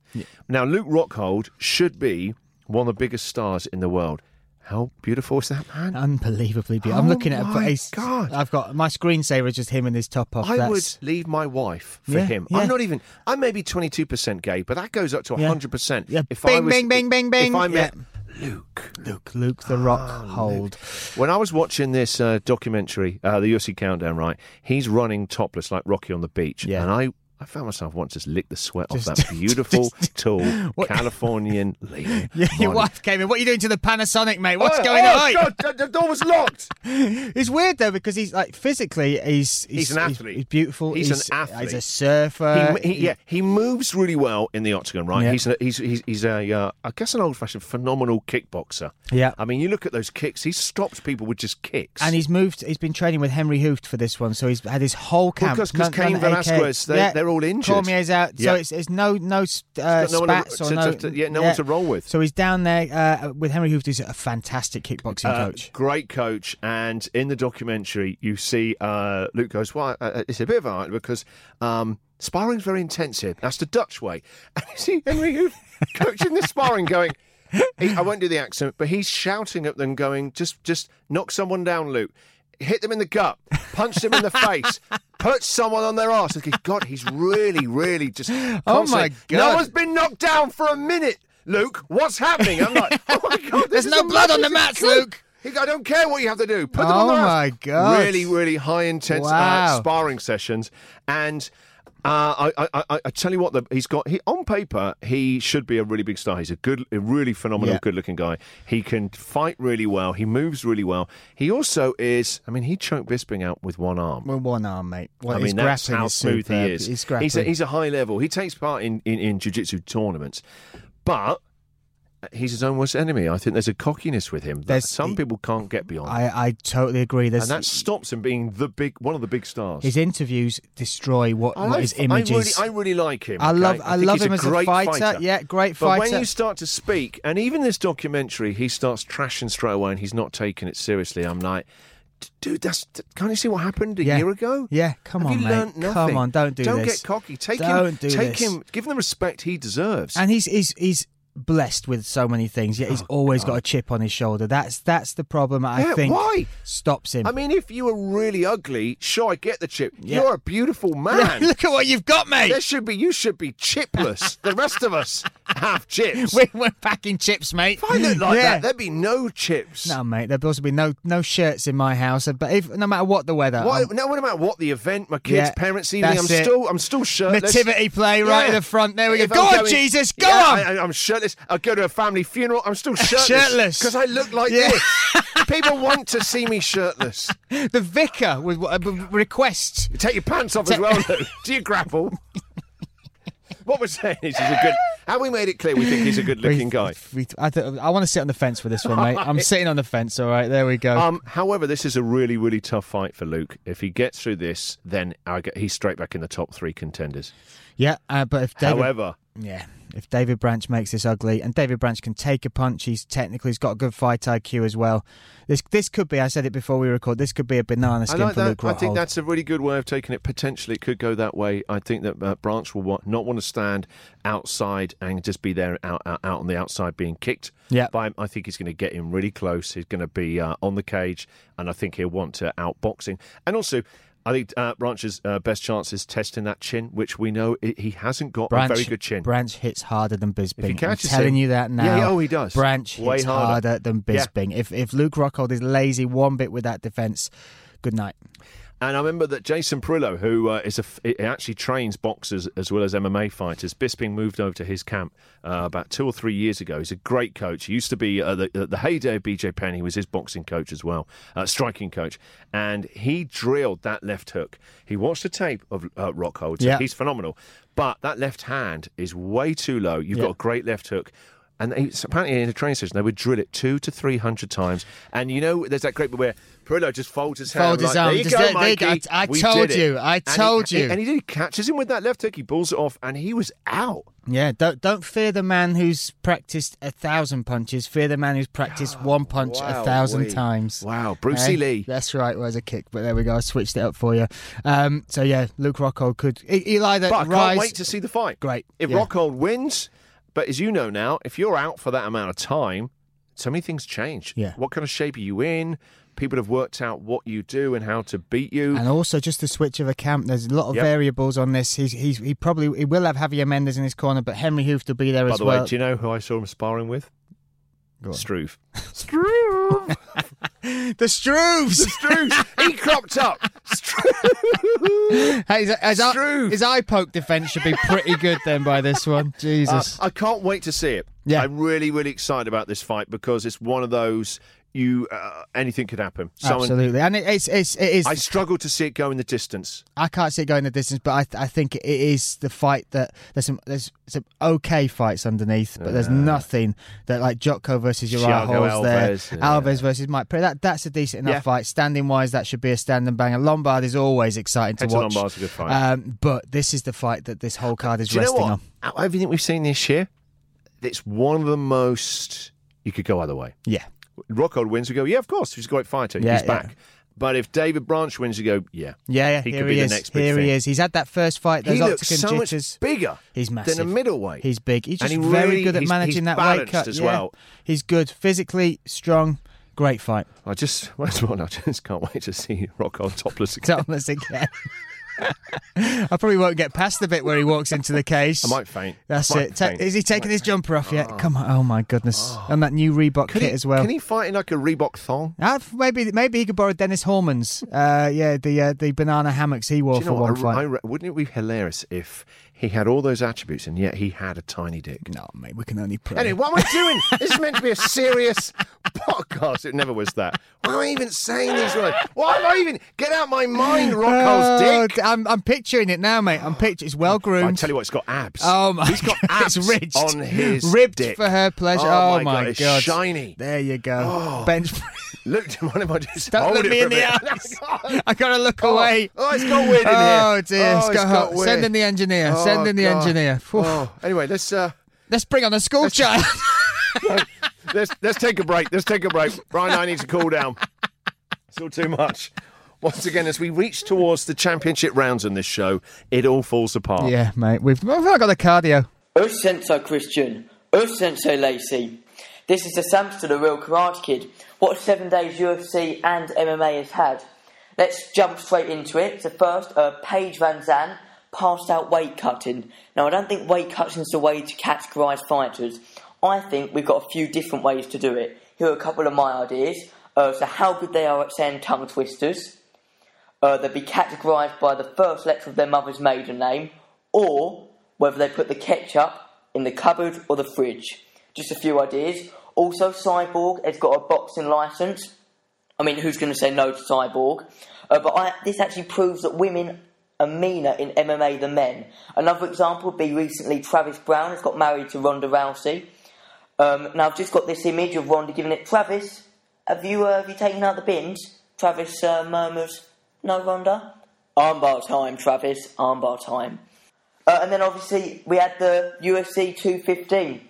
Now, Luke Rockhold should be one of the biggest stars in the world. How beautiful is that man? Unbelievably beautiful. Oh I'm looking at my a face. God. I've got my screensaver is just him and his top off. I That's- would leave my wife for Yeah, him. yeah. I'm not even. I'm maybe 22% gay, but that goes up to Yeah. 100%. Yeah. If I Bing, was, bing, bing, bing, bing. If I Yeah. met Luke. Luke, Luke the Ah, Rock Hold. When I was watching this uh, documentary, uh, the UFC Countdown, right, he's running topless like Rocky on the beach, Yeah. and I. I found myself once just lick the sweat off Just- that beautiful, just- tall What- Californian lady. Yeah, your Mon- wife came in. What are you doing to the Panasonic, mate? What's Oh, going oh, on? God, the- the door was locked. It's weird though because he's like physically, he's he's, He's an athlete. He's, beautiful. He's an athlete. He's a surfer. he, he, yeah, he moves really well in the octagon, right? uh, Yeah. He's, a, he's he's he's a uh, I guess an old-fashioned phenomenal kickboxer. Yeah. I mean, you look at those kicks; he stops people with just kicks. And he's moved. He's been training with Henry Hooft for this one, so he's had his whole camp. because- 'cause None- Cain none at AK. Velasquez, they- they're all injured. Cormier's out, Yeah. so it's, it's no no uh, no one to- spats to- or no to- to- yeah, no one to roll with. So he's down there uh, with Henry Hooft, who's a fantastic kickboxing Uh, coach. great coach, and in the documentary, you see uh, Luke goes, "Well, uh, it's a bit of art because um, sparring's very intense here. That's the Dutch way." And you see Henry Hoof coaching the sparring, going, he, "I won't do the accent, but he's shouting at them, going, just, just knock someone down, Luke." Hit them in the gut, punch them in the face, put someone on their ass. Okay, God, he's really, really just. Oh, my constantly, No God. one's been knocked down for a minute, Luke. What's happening? I'm like, oh my God, There's no blood on the mats, Luke. he go, I don't care what you have to do. Put them Oh on the my rack." God. Really, really high intense uh, Wow. sparring sessions, and uh, I, I, I, I tell you what, the, he's got. He on paper, he should be a really big star. He's a good, a really phenomenal, Yeah. good-looking guy. He can fight really well. He moves really well. He also is. I mean, he choked Bisping out with one arm. With one arm, mate. Well, I his mean, that's grappling how is smooth superb. he is. His grappling. he's, a, he's a high level. He takes part in, in, in jiu-jitsu tournaments, but he's his own worst enemy. I think there's a cockiness with him that There's- some people can't get beyond. I, I totally agree. and There's that stops him being the big one of the big stars. his interviews destroy what, I what like- his I images. really, I really like him. I okay? love- I think love he's him as a great fighter. Yeah, great But when fighter. you start to speak, and even this documentary, he starts trashing straight away, and he's not taking it seriously. I'm like, "D- dude, that's th- can't you see what happened a Yeah. year ago? Yeah, come Have on, you mate. learnt Come nothing? on, don't do Don't this. get cocky. Take him. Don't do take this. him. Give him the respect he deserves. And he's he's he's blessed with so many things. Yet he's always got a chip on his shoulder. That's that's the problem. I Oh, Yeah, think why? stops him. I mean, if you were really ugly, sure, I get the chip. Yeah. You're a beautiful man. Look at what you've got, mate. There should be. You should be chipless. the rest of us have chips. We're, we're packing chips, mate. if I looked like Yeah. that, there'd be no chips. No, mate. There'd also be no no shirts in my house. But if no matter what the weather, What, I'm- no, what about what the event? My kids, Yeah, parents, evening. I'm that's it. still, I'm still shirtless. Nativity play right in the front. There we go. If Go I'm on, going- Jesus. Go Yeah, on. I, I- I'm shirtless. I go to a family funeral. I'm still shirtless. Shirtless. because I look like Yeah. this. People want to see me shirtless. the vicar would uh, b- request. You take your pants off as well. Though. Do you grapple? what we're saying is, he's a good. Have we made it clear we think he's a good-looking guy? We- I, th- I want to sit on the fence for this one, mate. I'm sitting on the fence. All right, there we go. Um, however, this is a really, really tough fight for Luke. If he gets through this, then I get, he's straight back in the top three contenders. yeah, uh, but if David, However, Yeah. If David Branch makes this ugly, and David Branch can take a punch, he's technically he's got a good fight IQ as well. This this could be. I said it before we record. This could be a banana I skin like for Luke that. I think Rockhold. that's a really good way of taking it. Potentially, it could go that way. I think that uh, Branch will wa- not want to stand outside and just be there out, out, out on the outside being kicked Yeah. by him. I think he's going to get him really close. He's going to be uh, on the cage, and I think he'll want to outbox him. And also, I think uh, Branch's uh, best chance is testing that chin, which we know i he hasn't got Branch, a very good chin. Branch hits harder than Bisbing. If he I'm catches telling him- you that now. Yeah, oh, he does. Branch Way hits harder. harder. than Yeah. Bisbing. If if Luke Rockhold is lazy one bit with that defense, good night. And I remember that Jason Perillo, who uh, is a, f- he actually trains boxers as well as MMA fighters, Bisping moved over to his camp uh, about two or three years ago. He's a great coach. He used to be uh, the, the heyday of BJ Penn. He was his boxing coach as well, uh, striking coach. And he drilled that left hook. He watched the tape of uh, Rockhold. So Yeah. He's phenomenal. But that left hand is way too low. You've Yeah. got a great left hook. And they, so apparently in a training session, they would drill it two to three hundred times. And you know, there's that great bit where Perillo just folds his hand, Fold his like, arm. There you Just go, there- there you Mikey. go. I- I We told did it. you. I And he- told you. And he did. He catches him with that left hook. He balls it off, and he was out. Yeah, don't don't fear the man who's practiced a thousand punches. Fear the man who's practiced one punch a Wow, thousand wee. times. Wow, Brucey Eh? E. Lee. That's right. Was a kick, but there we go. I switched it up for you. Um, so yeah, Luke Rockhold could he- he'll either But I rise. can't wait to see the fight. Great, If yeah. Rockhold wins, but as you know now, if you're out for that amount of time, so many things change. Yeah. What kind of shape are you in? People have worked out what you do and how to beat you. and also just the switch of a camp. There's a lot of Yep. variables on this. He's, he's he probably he will have Javier Mendes in his corner, but Henry Hooft will be there By as the well. way, do you know who I saw him sparring with? Go on. Struve. the Struves. Struve. he cropped up. Struve. Hey, his, his, eye, Struve. his eye poke defense should be pretty good then by this one. Jesus. Uh, I can't wait to see it. Yeah. I'm really, really excited about this fight because it's one of those you uh, anything could happen. Someone, Absolutely, and it, it's it's it is. I struggle to see it go in the distance. I can't see it going the distance, but I, I think it is the fight that there's some there's some okay fights underneath, but there's nothing that like Jocko versus Uriah Thiago Hall's Alves, there, yeah. Alves versus Mike Perry. That that's a decent enough Yeah. fight standing wise. That should be a stand and banger. Lombard is always exciting to Hector watch. Lombard's a good fight. um, but this is the fight that this whole card is Do you know resting what? on. Out of everything we've seen this year, it's one of the most. You could go either way. Yeah, Rockhold wins, we go, yeah, of course, he's a great fighter. Yeah, he's yeah. back. But if David Branch wins, you go, yeah, yeah, yeah. He here could be he the is. next big here he thing. is. He's had that first fight. Those he looks octagon so jitters. much bigger. He's massive. than a middleweight. He's big. He's And just he very really- good at he's- managing he's that weight balanced cut. as yeah. well. He's good, physically strong, great fight. I just, well, I just can't wait to see Rockhold topless again. Thomas again. I probably won't get past the bit where he walks into the cage. I might faint. That's Might it. Ta- faint. is he taking his jumper off yet? Come on! Oh my goodness! And that new Reebok Could kit he- as well. Can he fight in like a Reebok thong? Ah, f- maybe maybe he could borrow Dennis Horman's. Uh, yeah, the uh, the banana hammocks he wore Do you for know what? one I- fight. I re- wouldn't it be hilarious if he had all those attributes and yet he had a tiny dick? No, mate, we can only pray. Anyway, what am I doing? this is meant to be a serious podcast. It never was that. Why am I even saying these words? Why am I even? Get out my mind, Rockhold's Oh, dick. d- I'm, I'm picturing it now, mate. I'm picturing it's well groomed. I tell you what, it's got abs. Oh my He's got God, abs it's ridged. on his ribbed dick. for her pleasure. Oh, Oh, my God, it's shiny. Oh. There you go. Bench. Look, do you mind if I just Don't hold look it me for in a the bit? eyes. I gotta look Oh, away. Oh, it's got weird in Oh here. dear, it's Oh, got hot. weird. Send in the engineer. Oh, Send in the God. engineer. Phew. Oh, anyway, let's uh, Let's bring on a school child. let's let's take a break. Let's take a break. Brian, I need to cool down. It's all too much. Once again, as we reach towards the championship rounds in this show, it all falls apart. yeah, mate. We've, we've not got the cardio. Earth Sensei Christian, Earth Sensei Lacey. This is the Samster the Real Karate Kid. What seven days UFC and MMA has had. Let's jump straight into it. So first, uh, Paige Van Zandt passed out weight cutting. Now, I don't think weight cutting's the way to categorise fighters. I think we've got a few different ways to do it. Here are a couple of my ideas. Uh, so how good they are at saying tongue twisters. Uh, they'd be categorised by the first letter of their mother's maiden name, or whether they put the ketchup in the cupboard or the fridge. Just a few ideas. Also, Cyborg has got a boxing licence. I mean, who's going to say no to Cyborg? Uh, but I, this actually proves that women are meaner in MMA than men. Another example would be recently Travis Brown has got married to Ronda Rousey. Um, now, I've just got this image of Ronda giving it, Travis, have you, uh, have you taken out the bins? Travis uh, murmurs, no, Ronda. Armbar time, Travis, armbar time. Uh, and then obviously we had the UFC 215.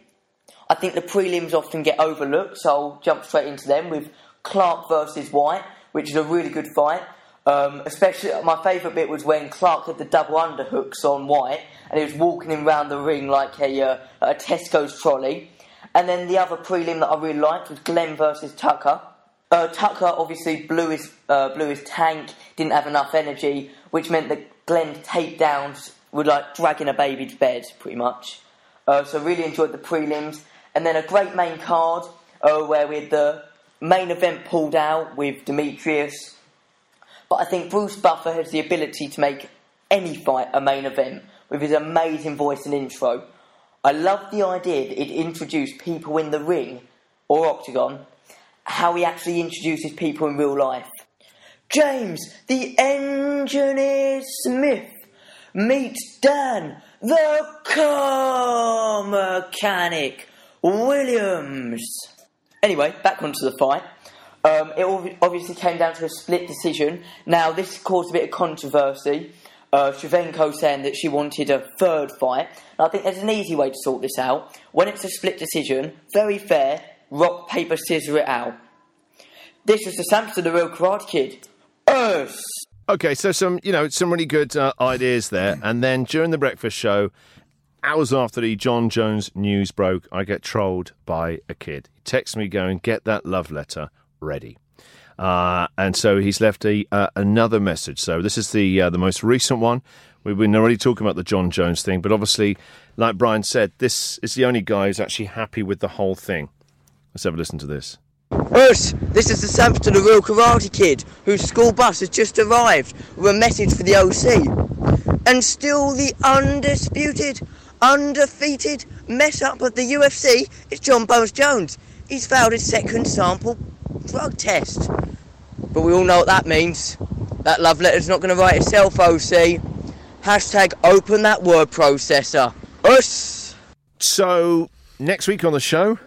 I think the prelims often get overlooked, so I'll jump straight into them with Clark versus White, which is a really good fight. Um, especially, my favourite bit was when Clark had the double underhooks on White, and he was walking him round the ring like a, uh, a Tesco's trolley. And then the other prelim that I really liked was Glenn versus Tucker. Uh, Tucker obviously blew his uh, blew his tank, didn't have enough energy, which meant that Glenn's takedowns were like dragging a baby to bed, pretty much. Uh, so really enjoyed the prelims, and then a great main card uh, where we had the main event pulled out with Demetrius. But I think Bruce Buffer has the ability to make any fight a main event with his amazing voice and intro. I love the idea that he'd introduce people in the ring or octagon, how he actually introduces people in real life. James, the engineer Smith. Meet Dan, the car mechanic Williams. Anyway, back onto the fight. Um, it ob- obviously came down to a split decision. Now, this caused a bit of controversy. Uh, Shevchenko saying that she wanted a third fight. And I think there's an easy way to sort this out. When it's a split decision, very fair, rock, paper, scissor it out. This was the Samson, the real Karate Kid. Us! Okay, so some you know some really good uh, ideas there, and then during the breakfast show, hours after the John Jones news broke, I get trolled by a kid. He texts me going, "Get that love letter ready," uh, and so he's left a uh, another message. So this is the uh, the most recent one. We've been already talking about the John Jones thing, but obviously, like Brian said, this is the only guy who's actually happy with the whole thing. Let's have a listen to this. Us! This is the Samson, the real Karate Kid, whose school bus has just arrived with a message for the OC. And still the undisputed, undefeated mess up of the UFC is John Bones Jones. He's failed his second sample drug test. But we all know what that means. That love letter's not going to write itself, OC. Hashtag open that word processor. Us! So next week on the show,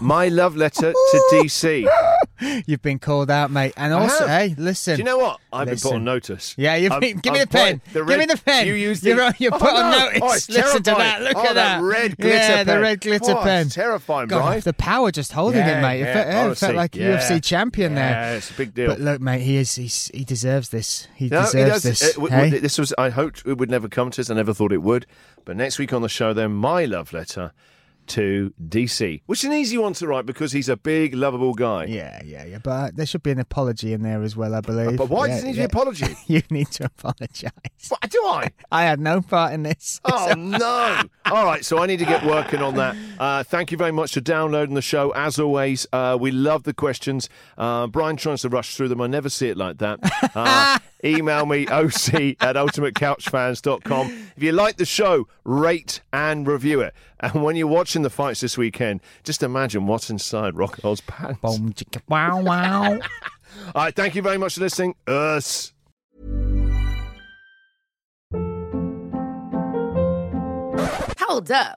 my love letter to DC. You've been called out, mate. And I also, have. hey, listen. Do you know what? I've been put on Listen. notice. Yeah, you've I've- been. Give me the I've pen. put give me the pen. You used You're, the- on- you're Oh, put on no. notice. Oh, it's Listen to that. terrifying. Look Oh, at that. red glitter yeah, pen. the red glitter Oh, pen. It's terrifying, God, Brian. the power just holding Yeah, it, mate. it, yeah, felt, yeah, it honestly, felt like a yeah. UFC champion there. Yeah, it's a big deal. But look, mate, he is he's, he deserves this. He No, deserves he does. this. Uh, w- hey? w- This was. I hoped it would never come to us. I never thought it would. But next week on the show, then my love letter to DC, which is an easy one to write because he's a big, lovable guy. yeah, yeah, yeah. But uh, there should be an apology in there as well, I believe. But why yeah, does he need yeah. an apology? you need to apologise. What, do I? I had no part in this. Oh no! All right, so I need to get working on that. Uh, thank you very much for downloading the show. As always, uh, we love the questions. Uh, Brian tries to rush through them. I never see it like that. Uh, email me oc at ultimatecouchfans.com. If you like the show, rate and review it. And when you're watching the fights this weekend, just imagine what's inside Rockhold's pants. All Boom, chicka, wow, wow. right, thank you very much for listening. Us. Hold up.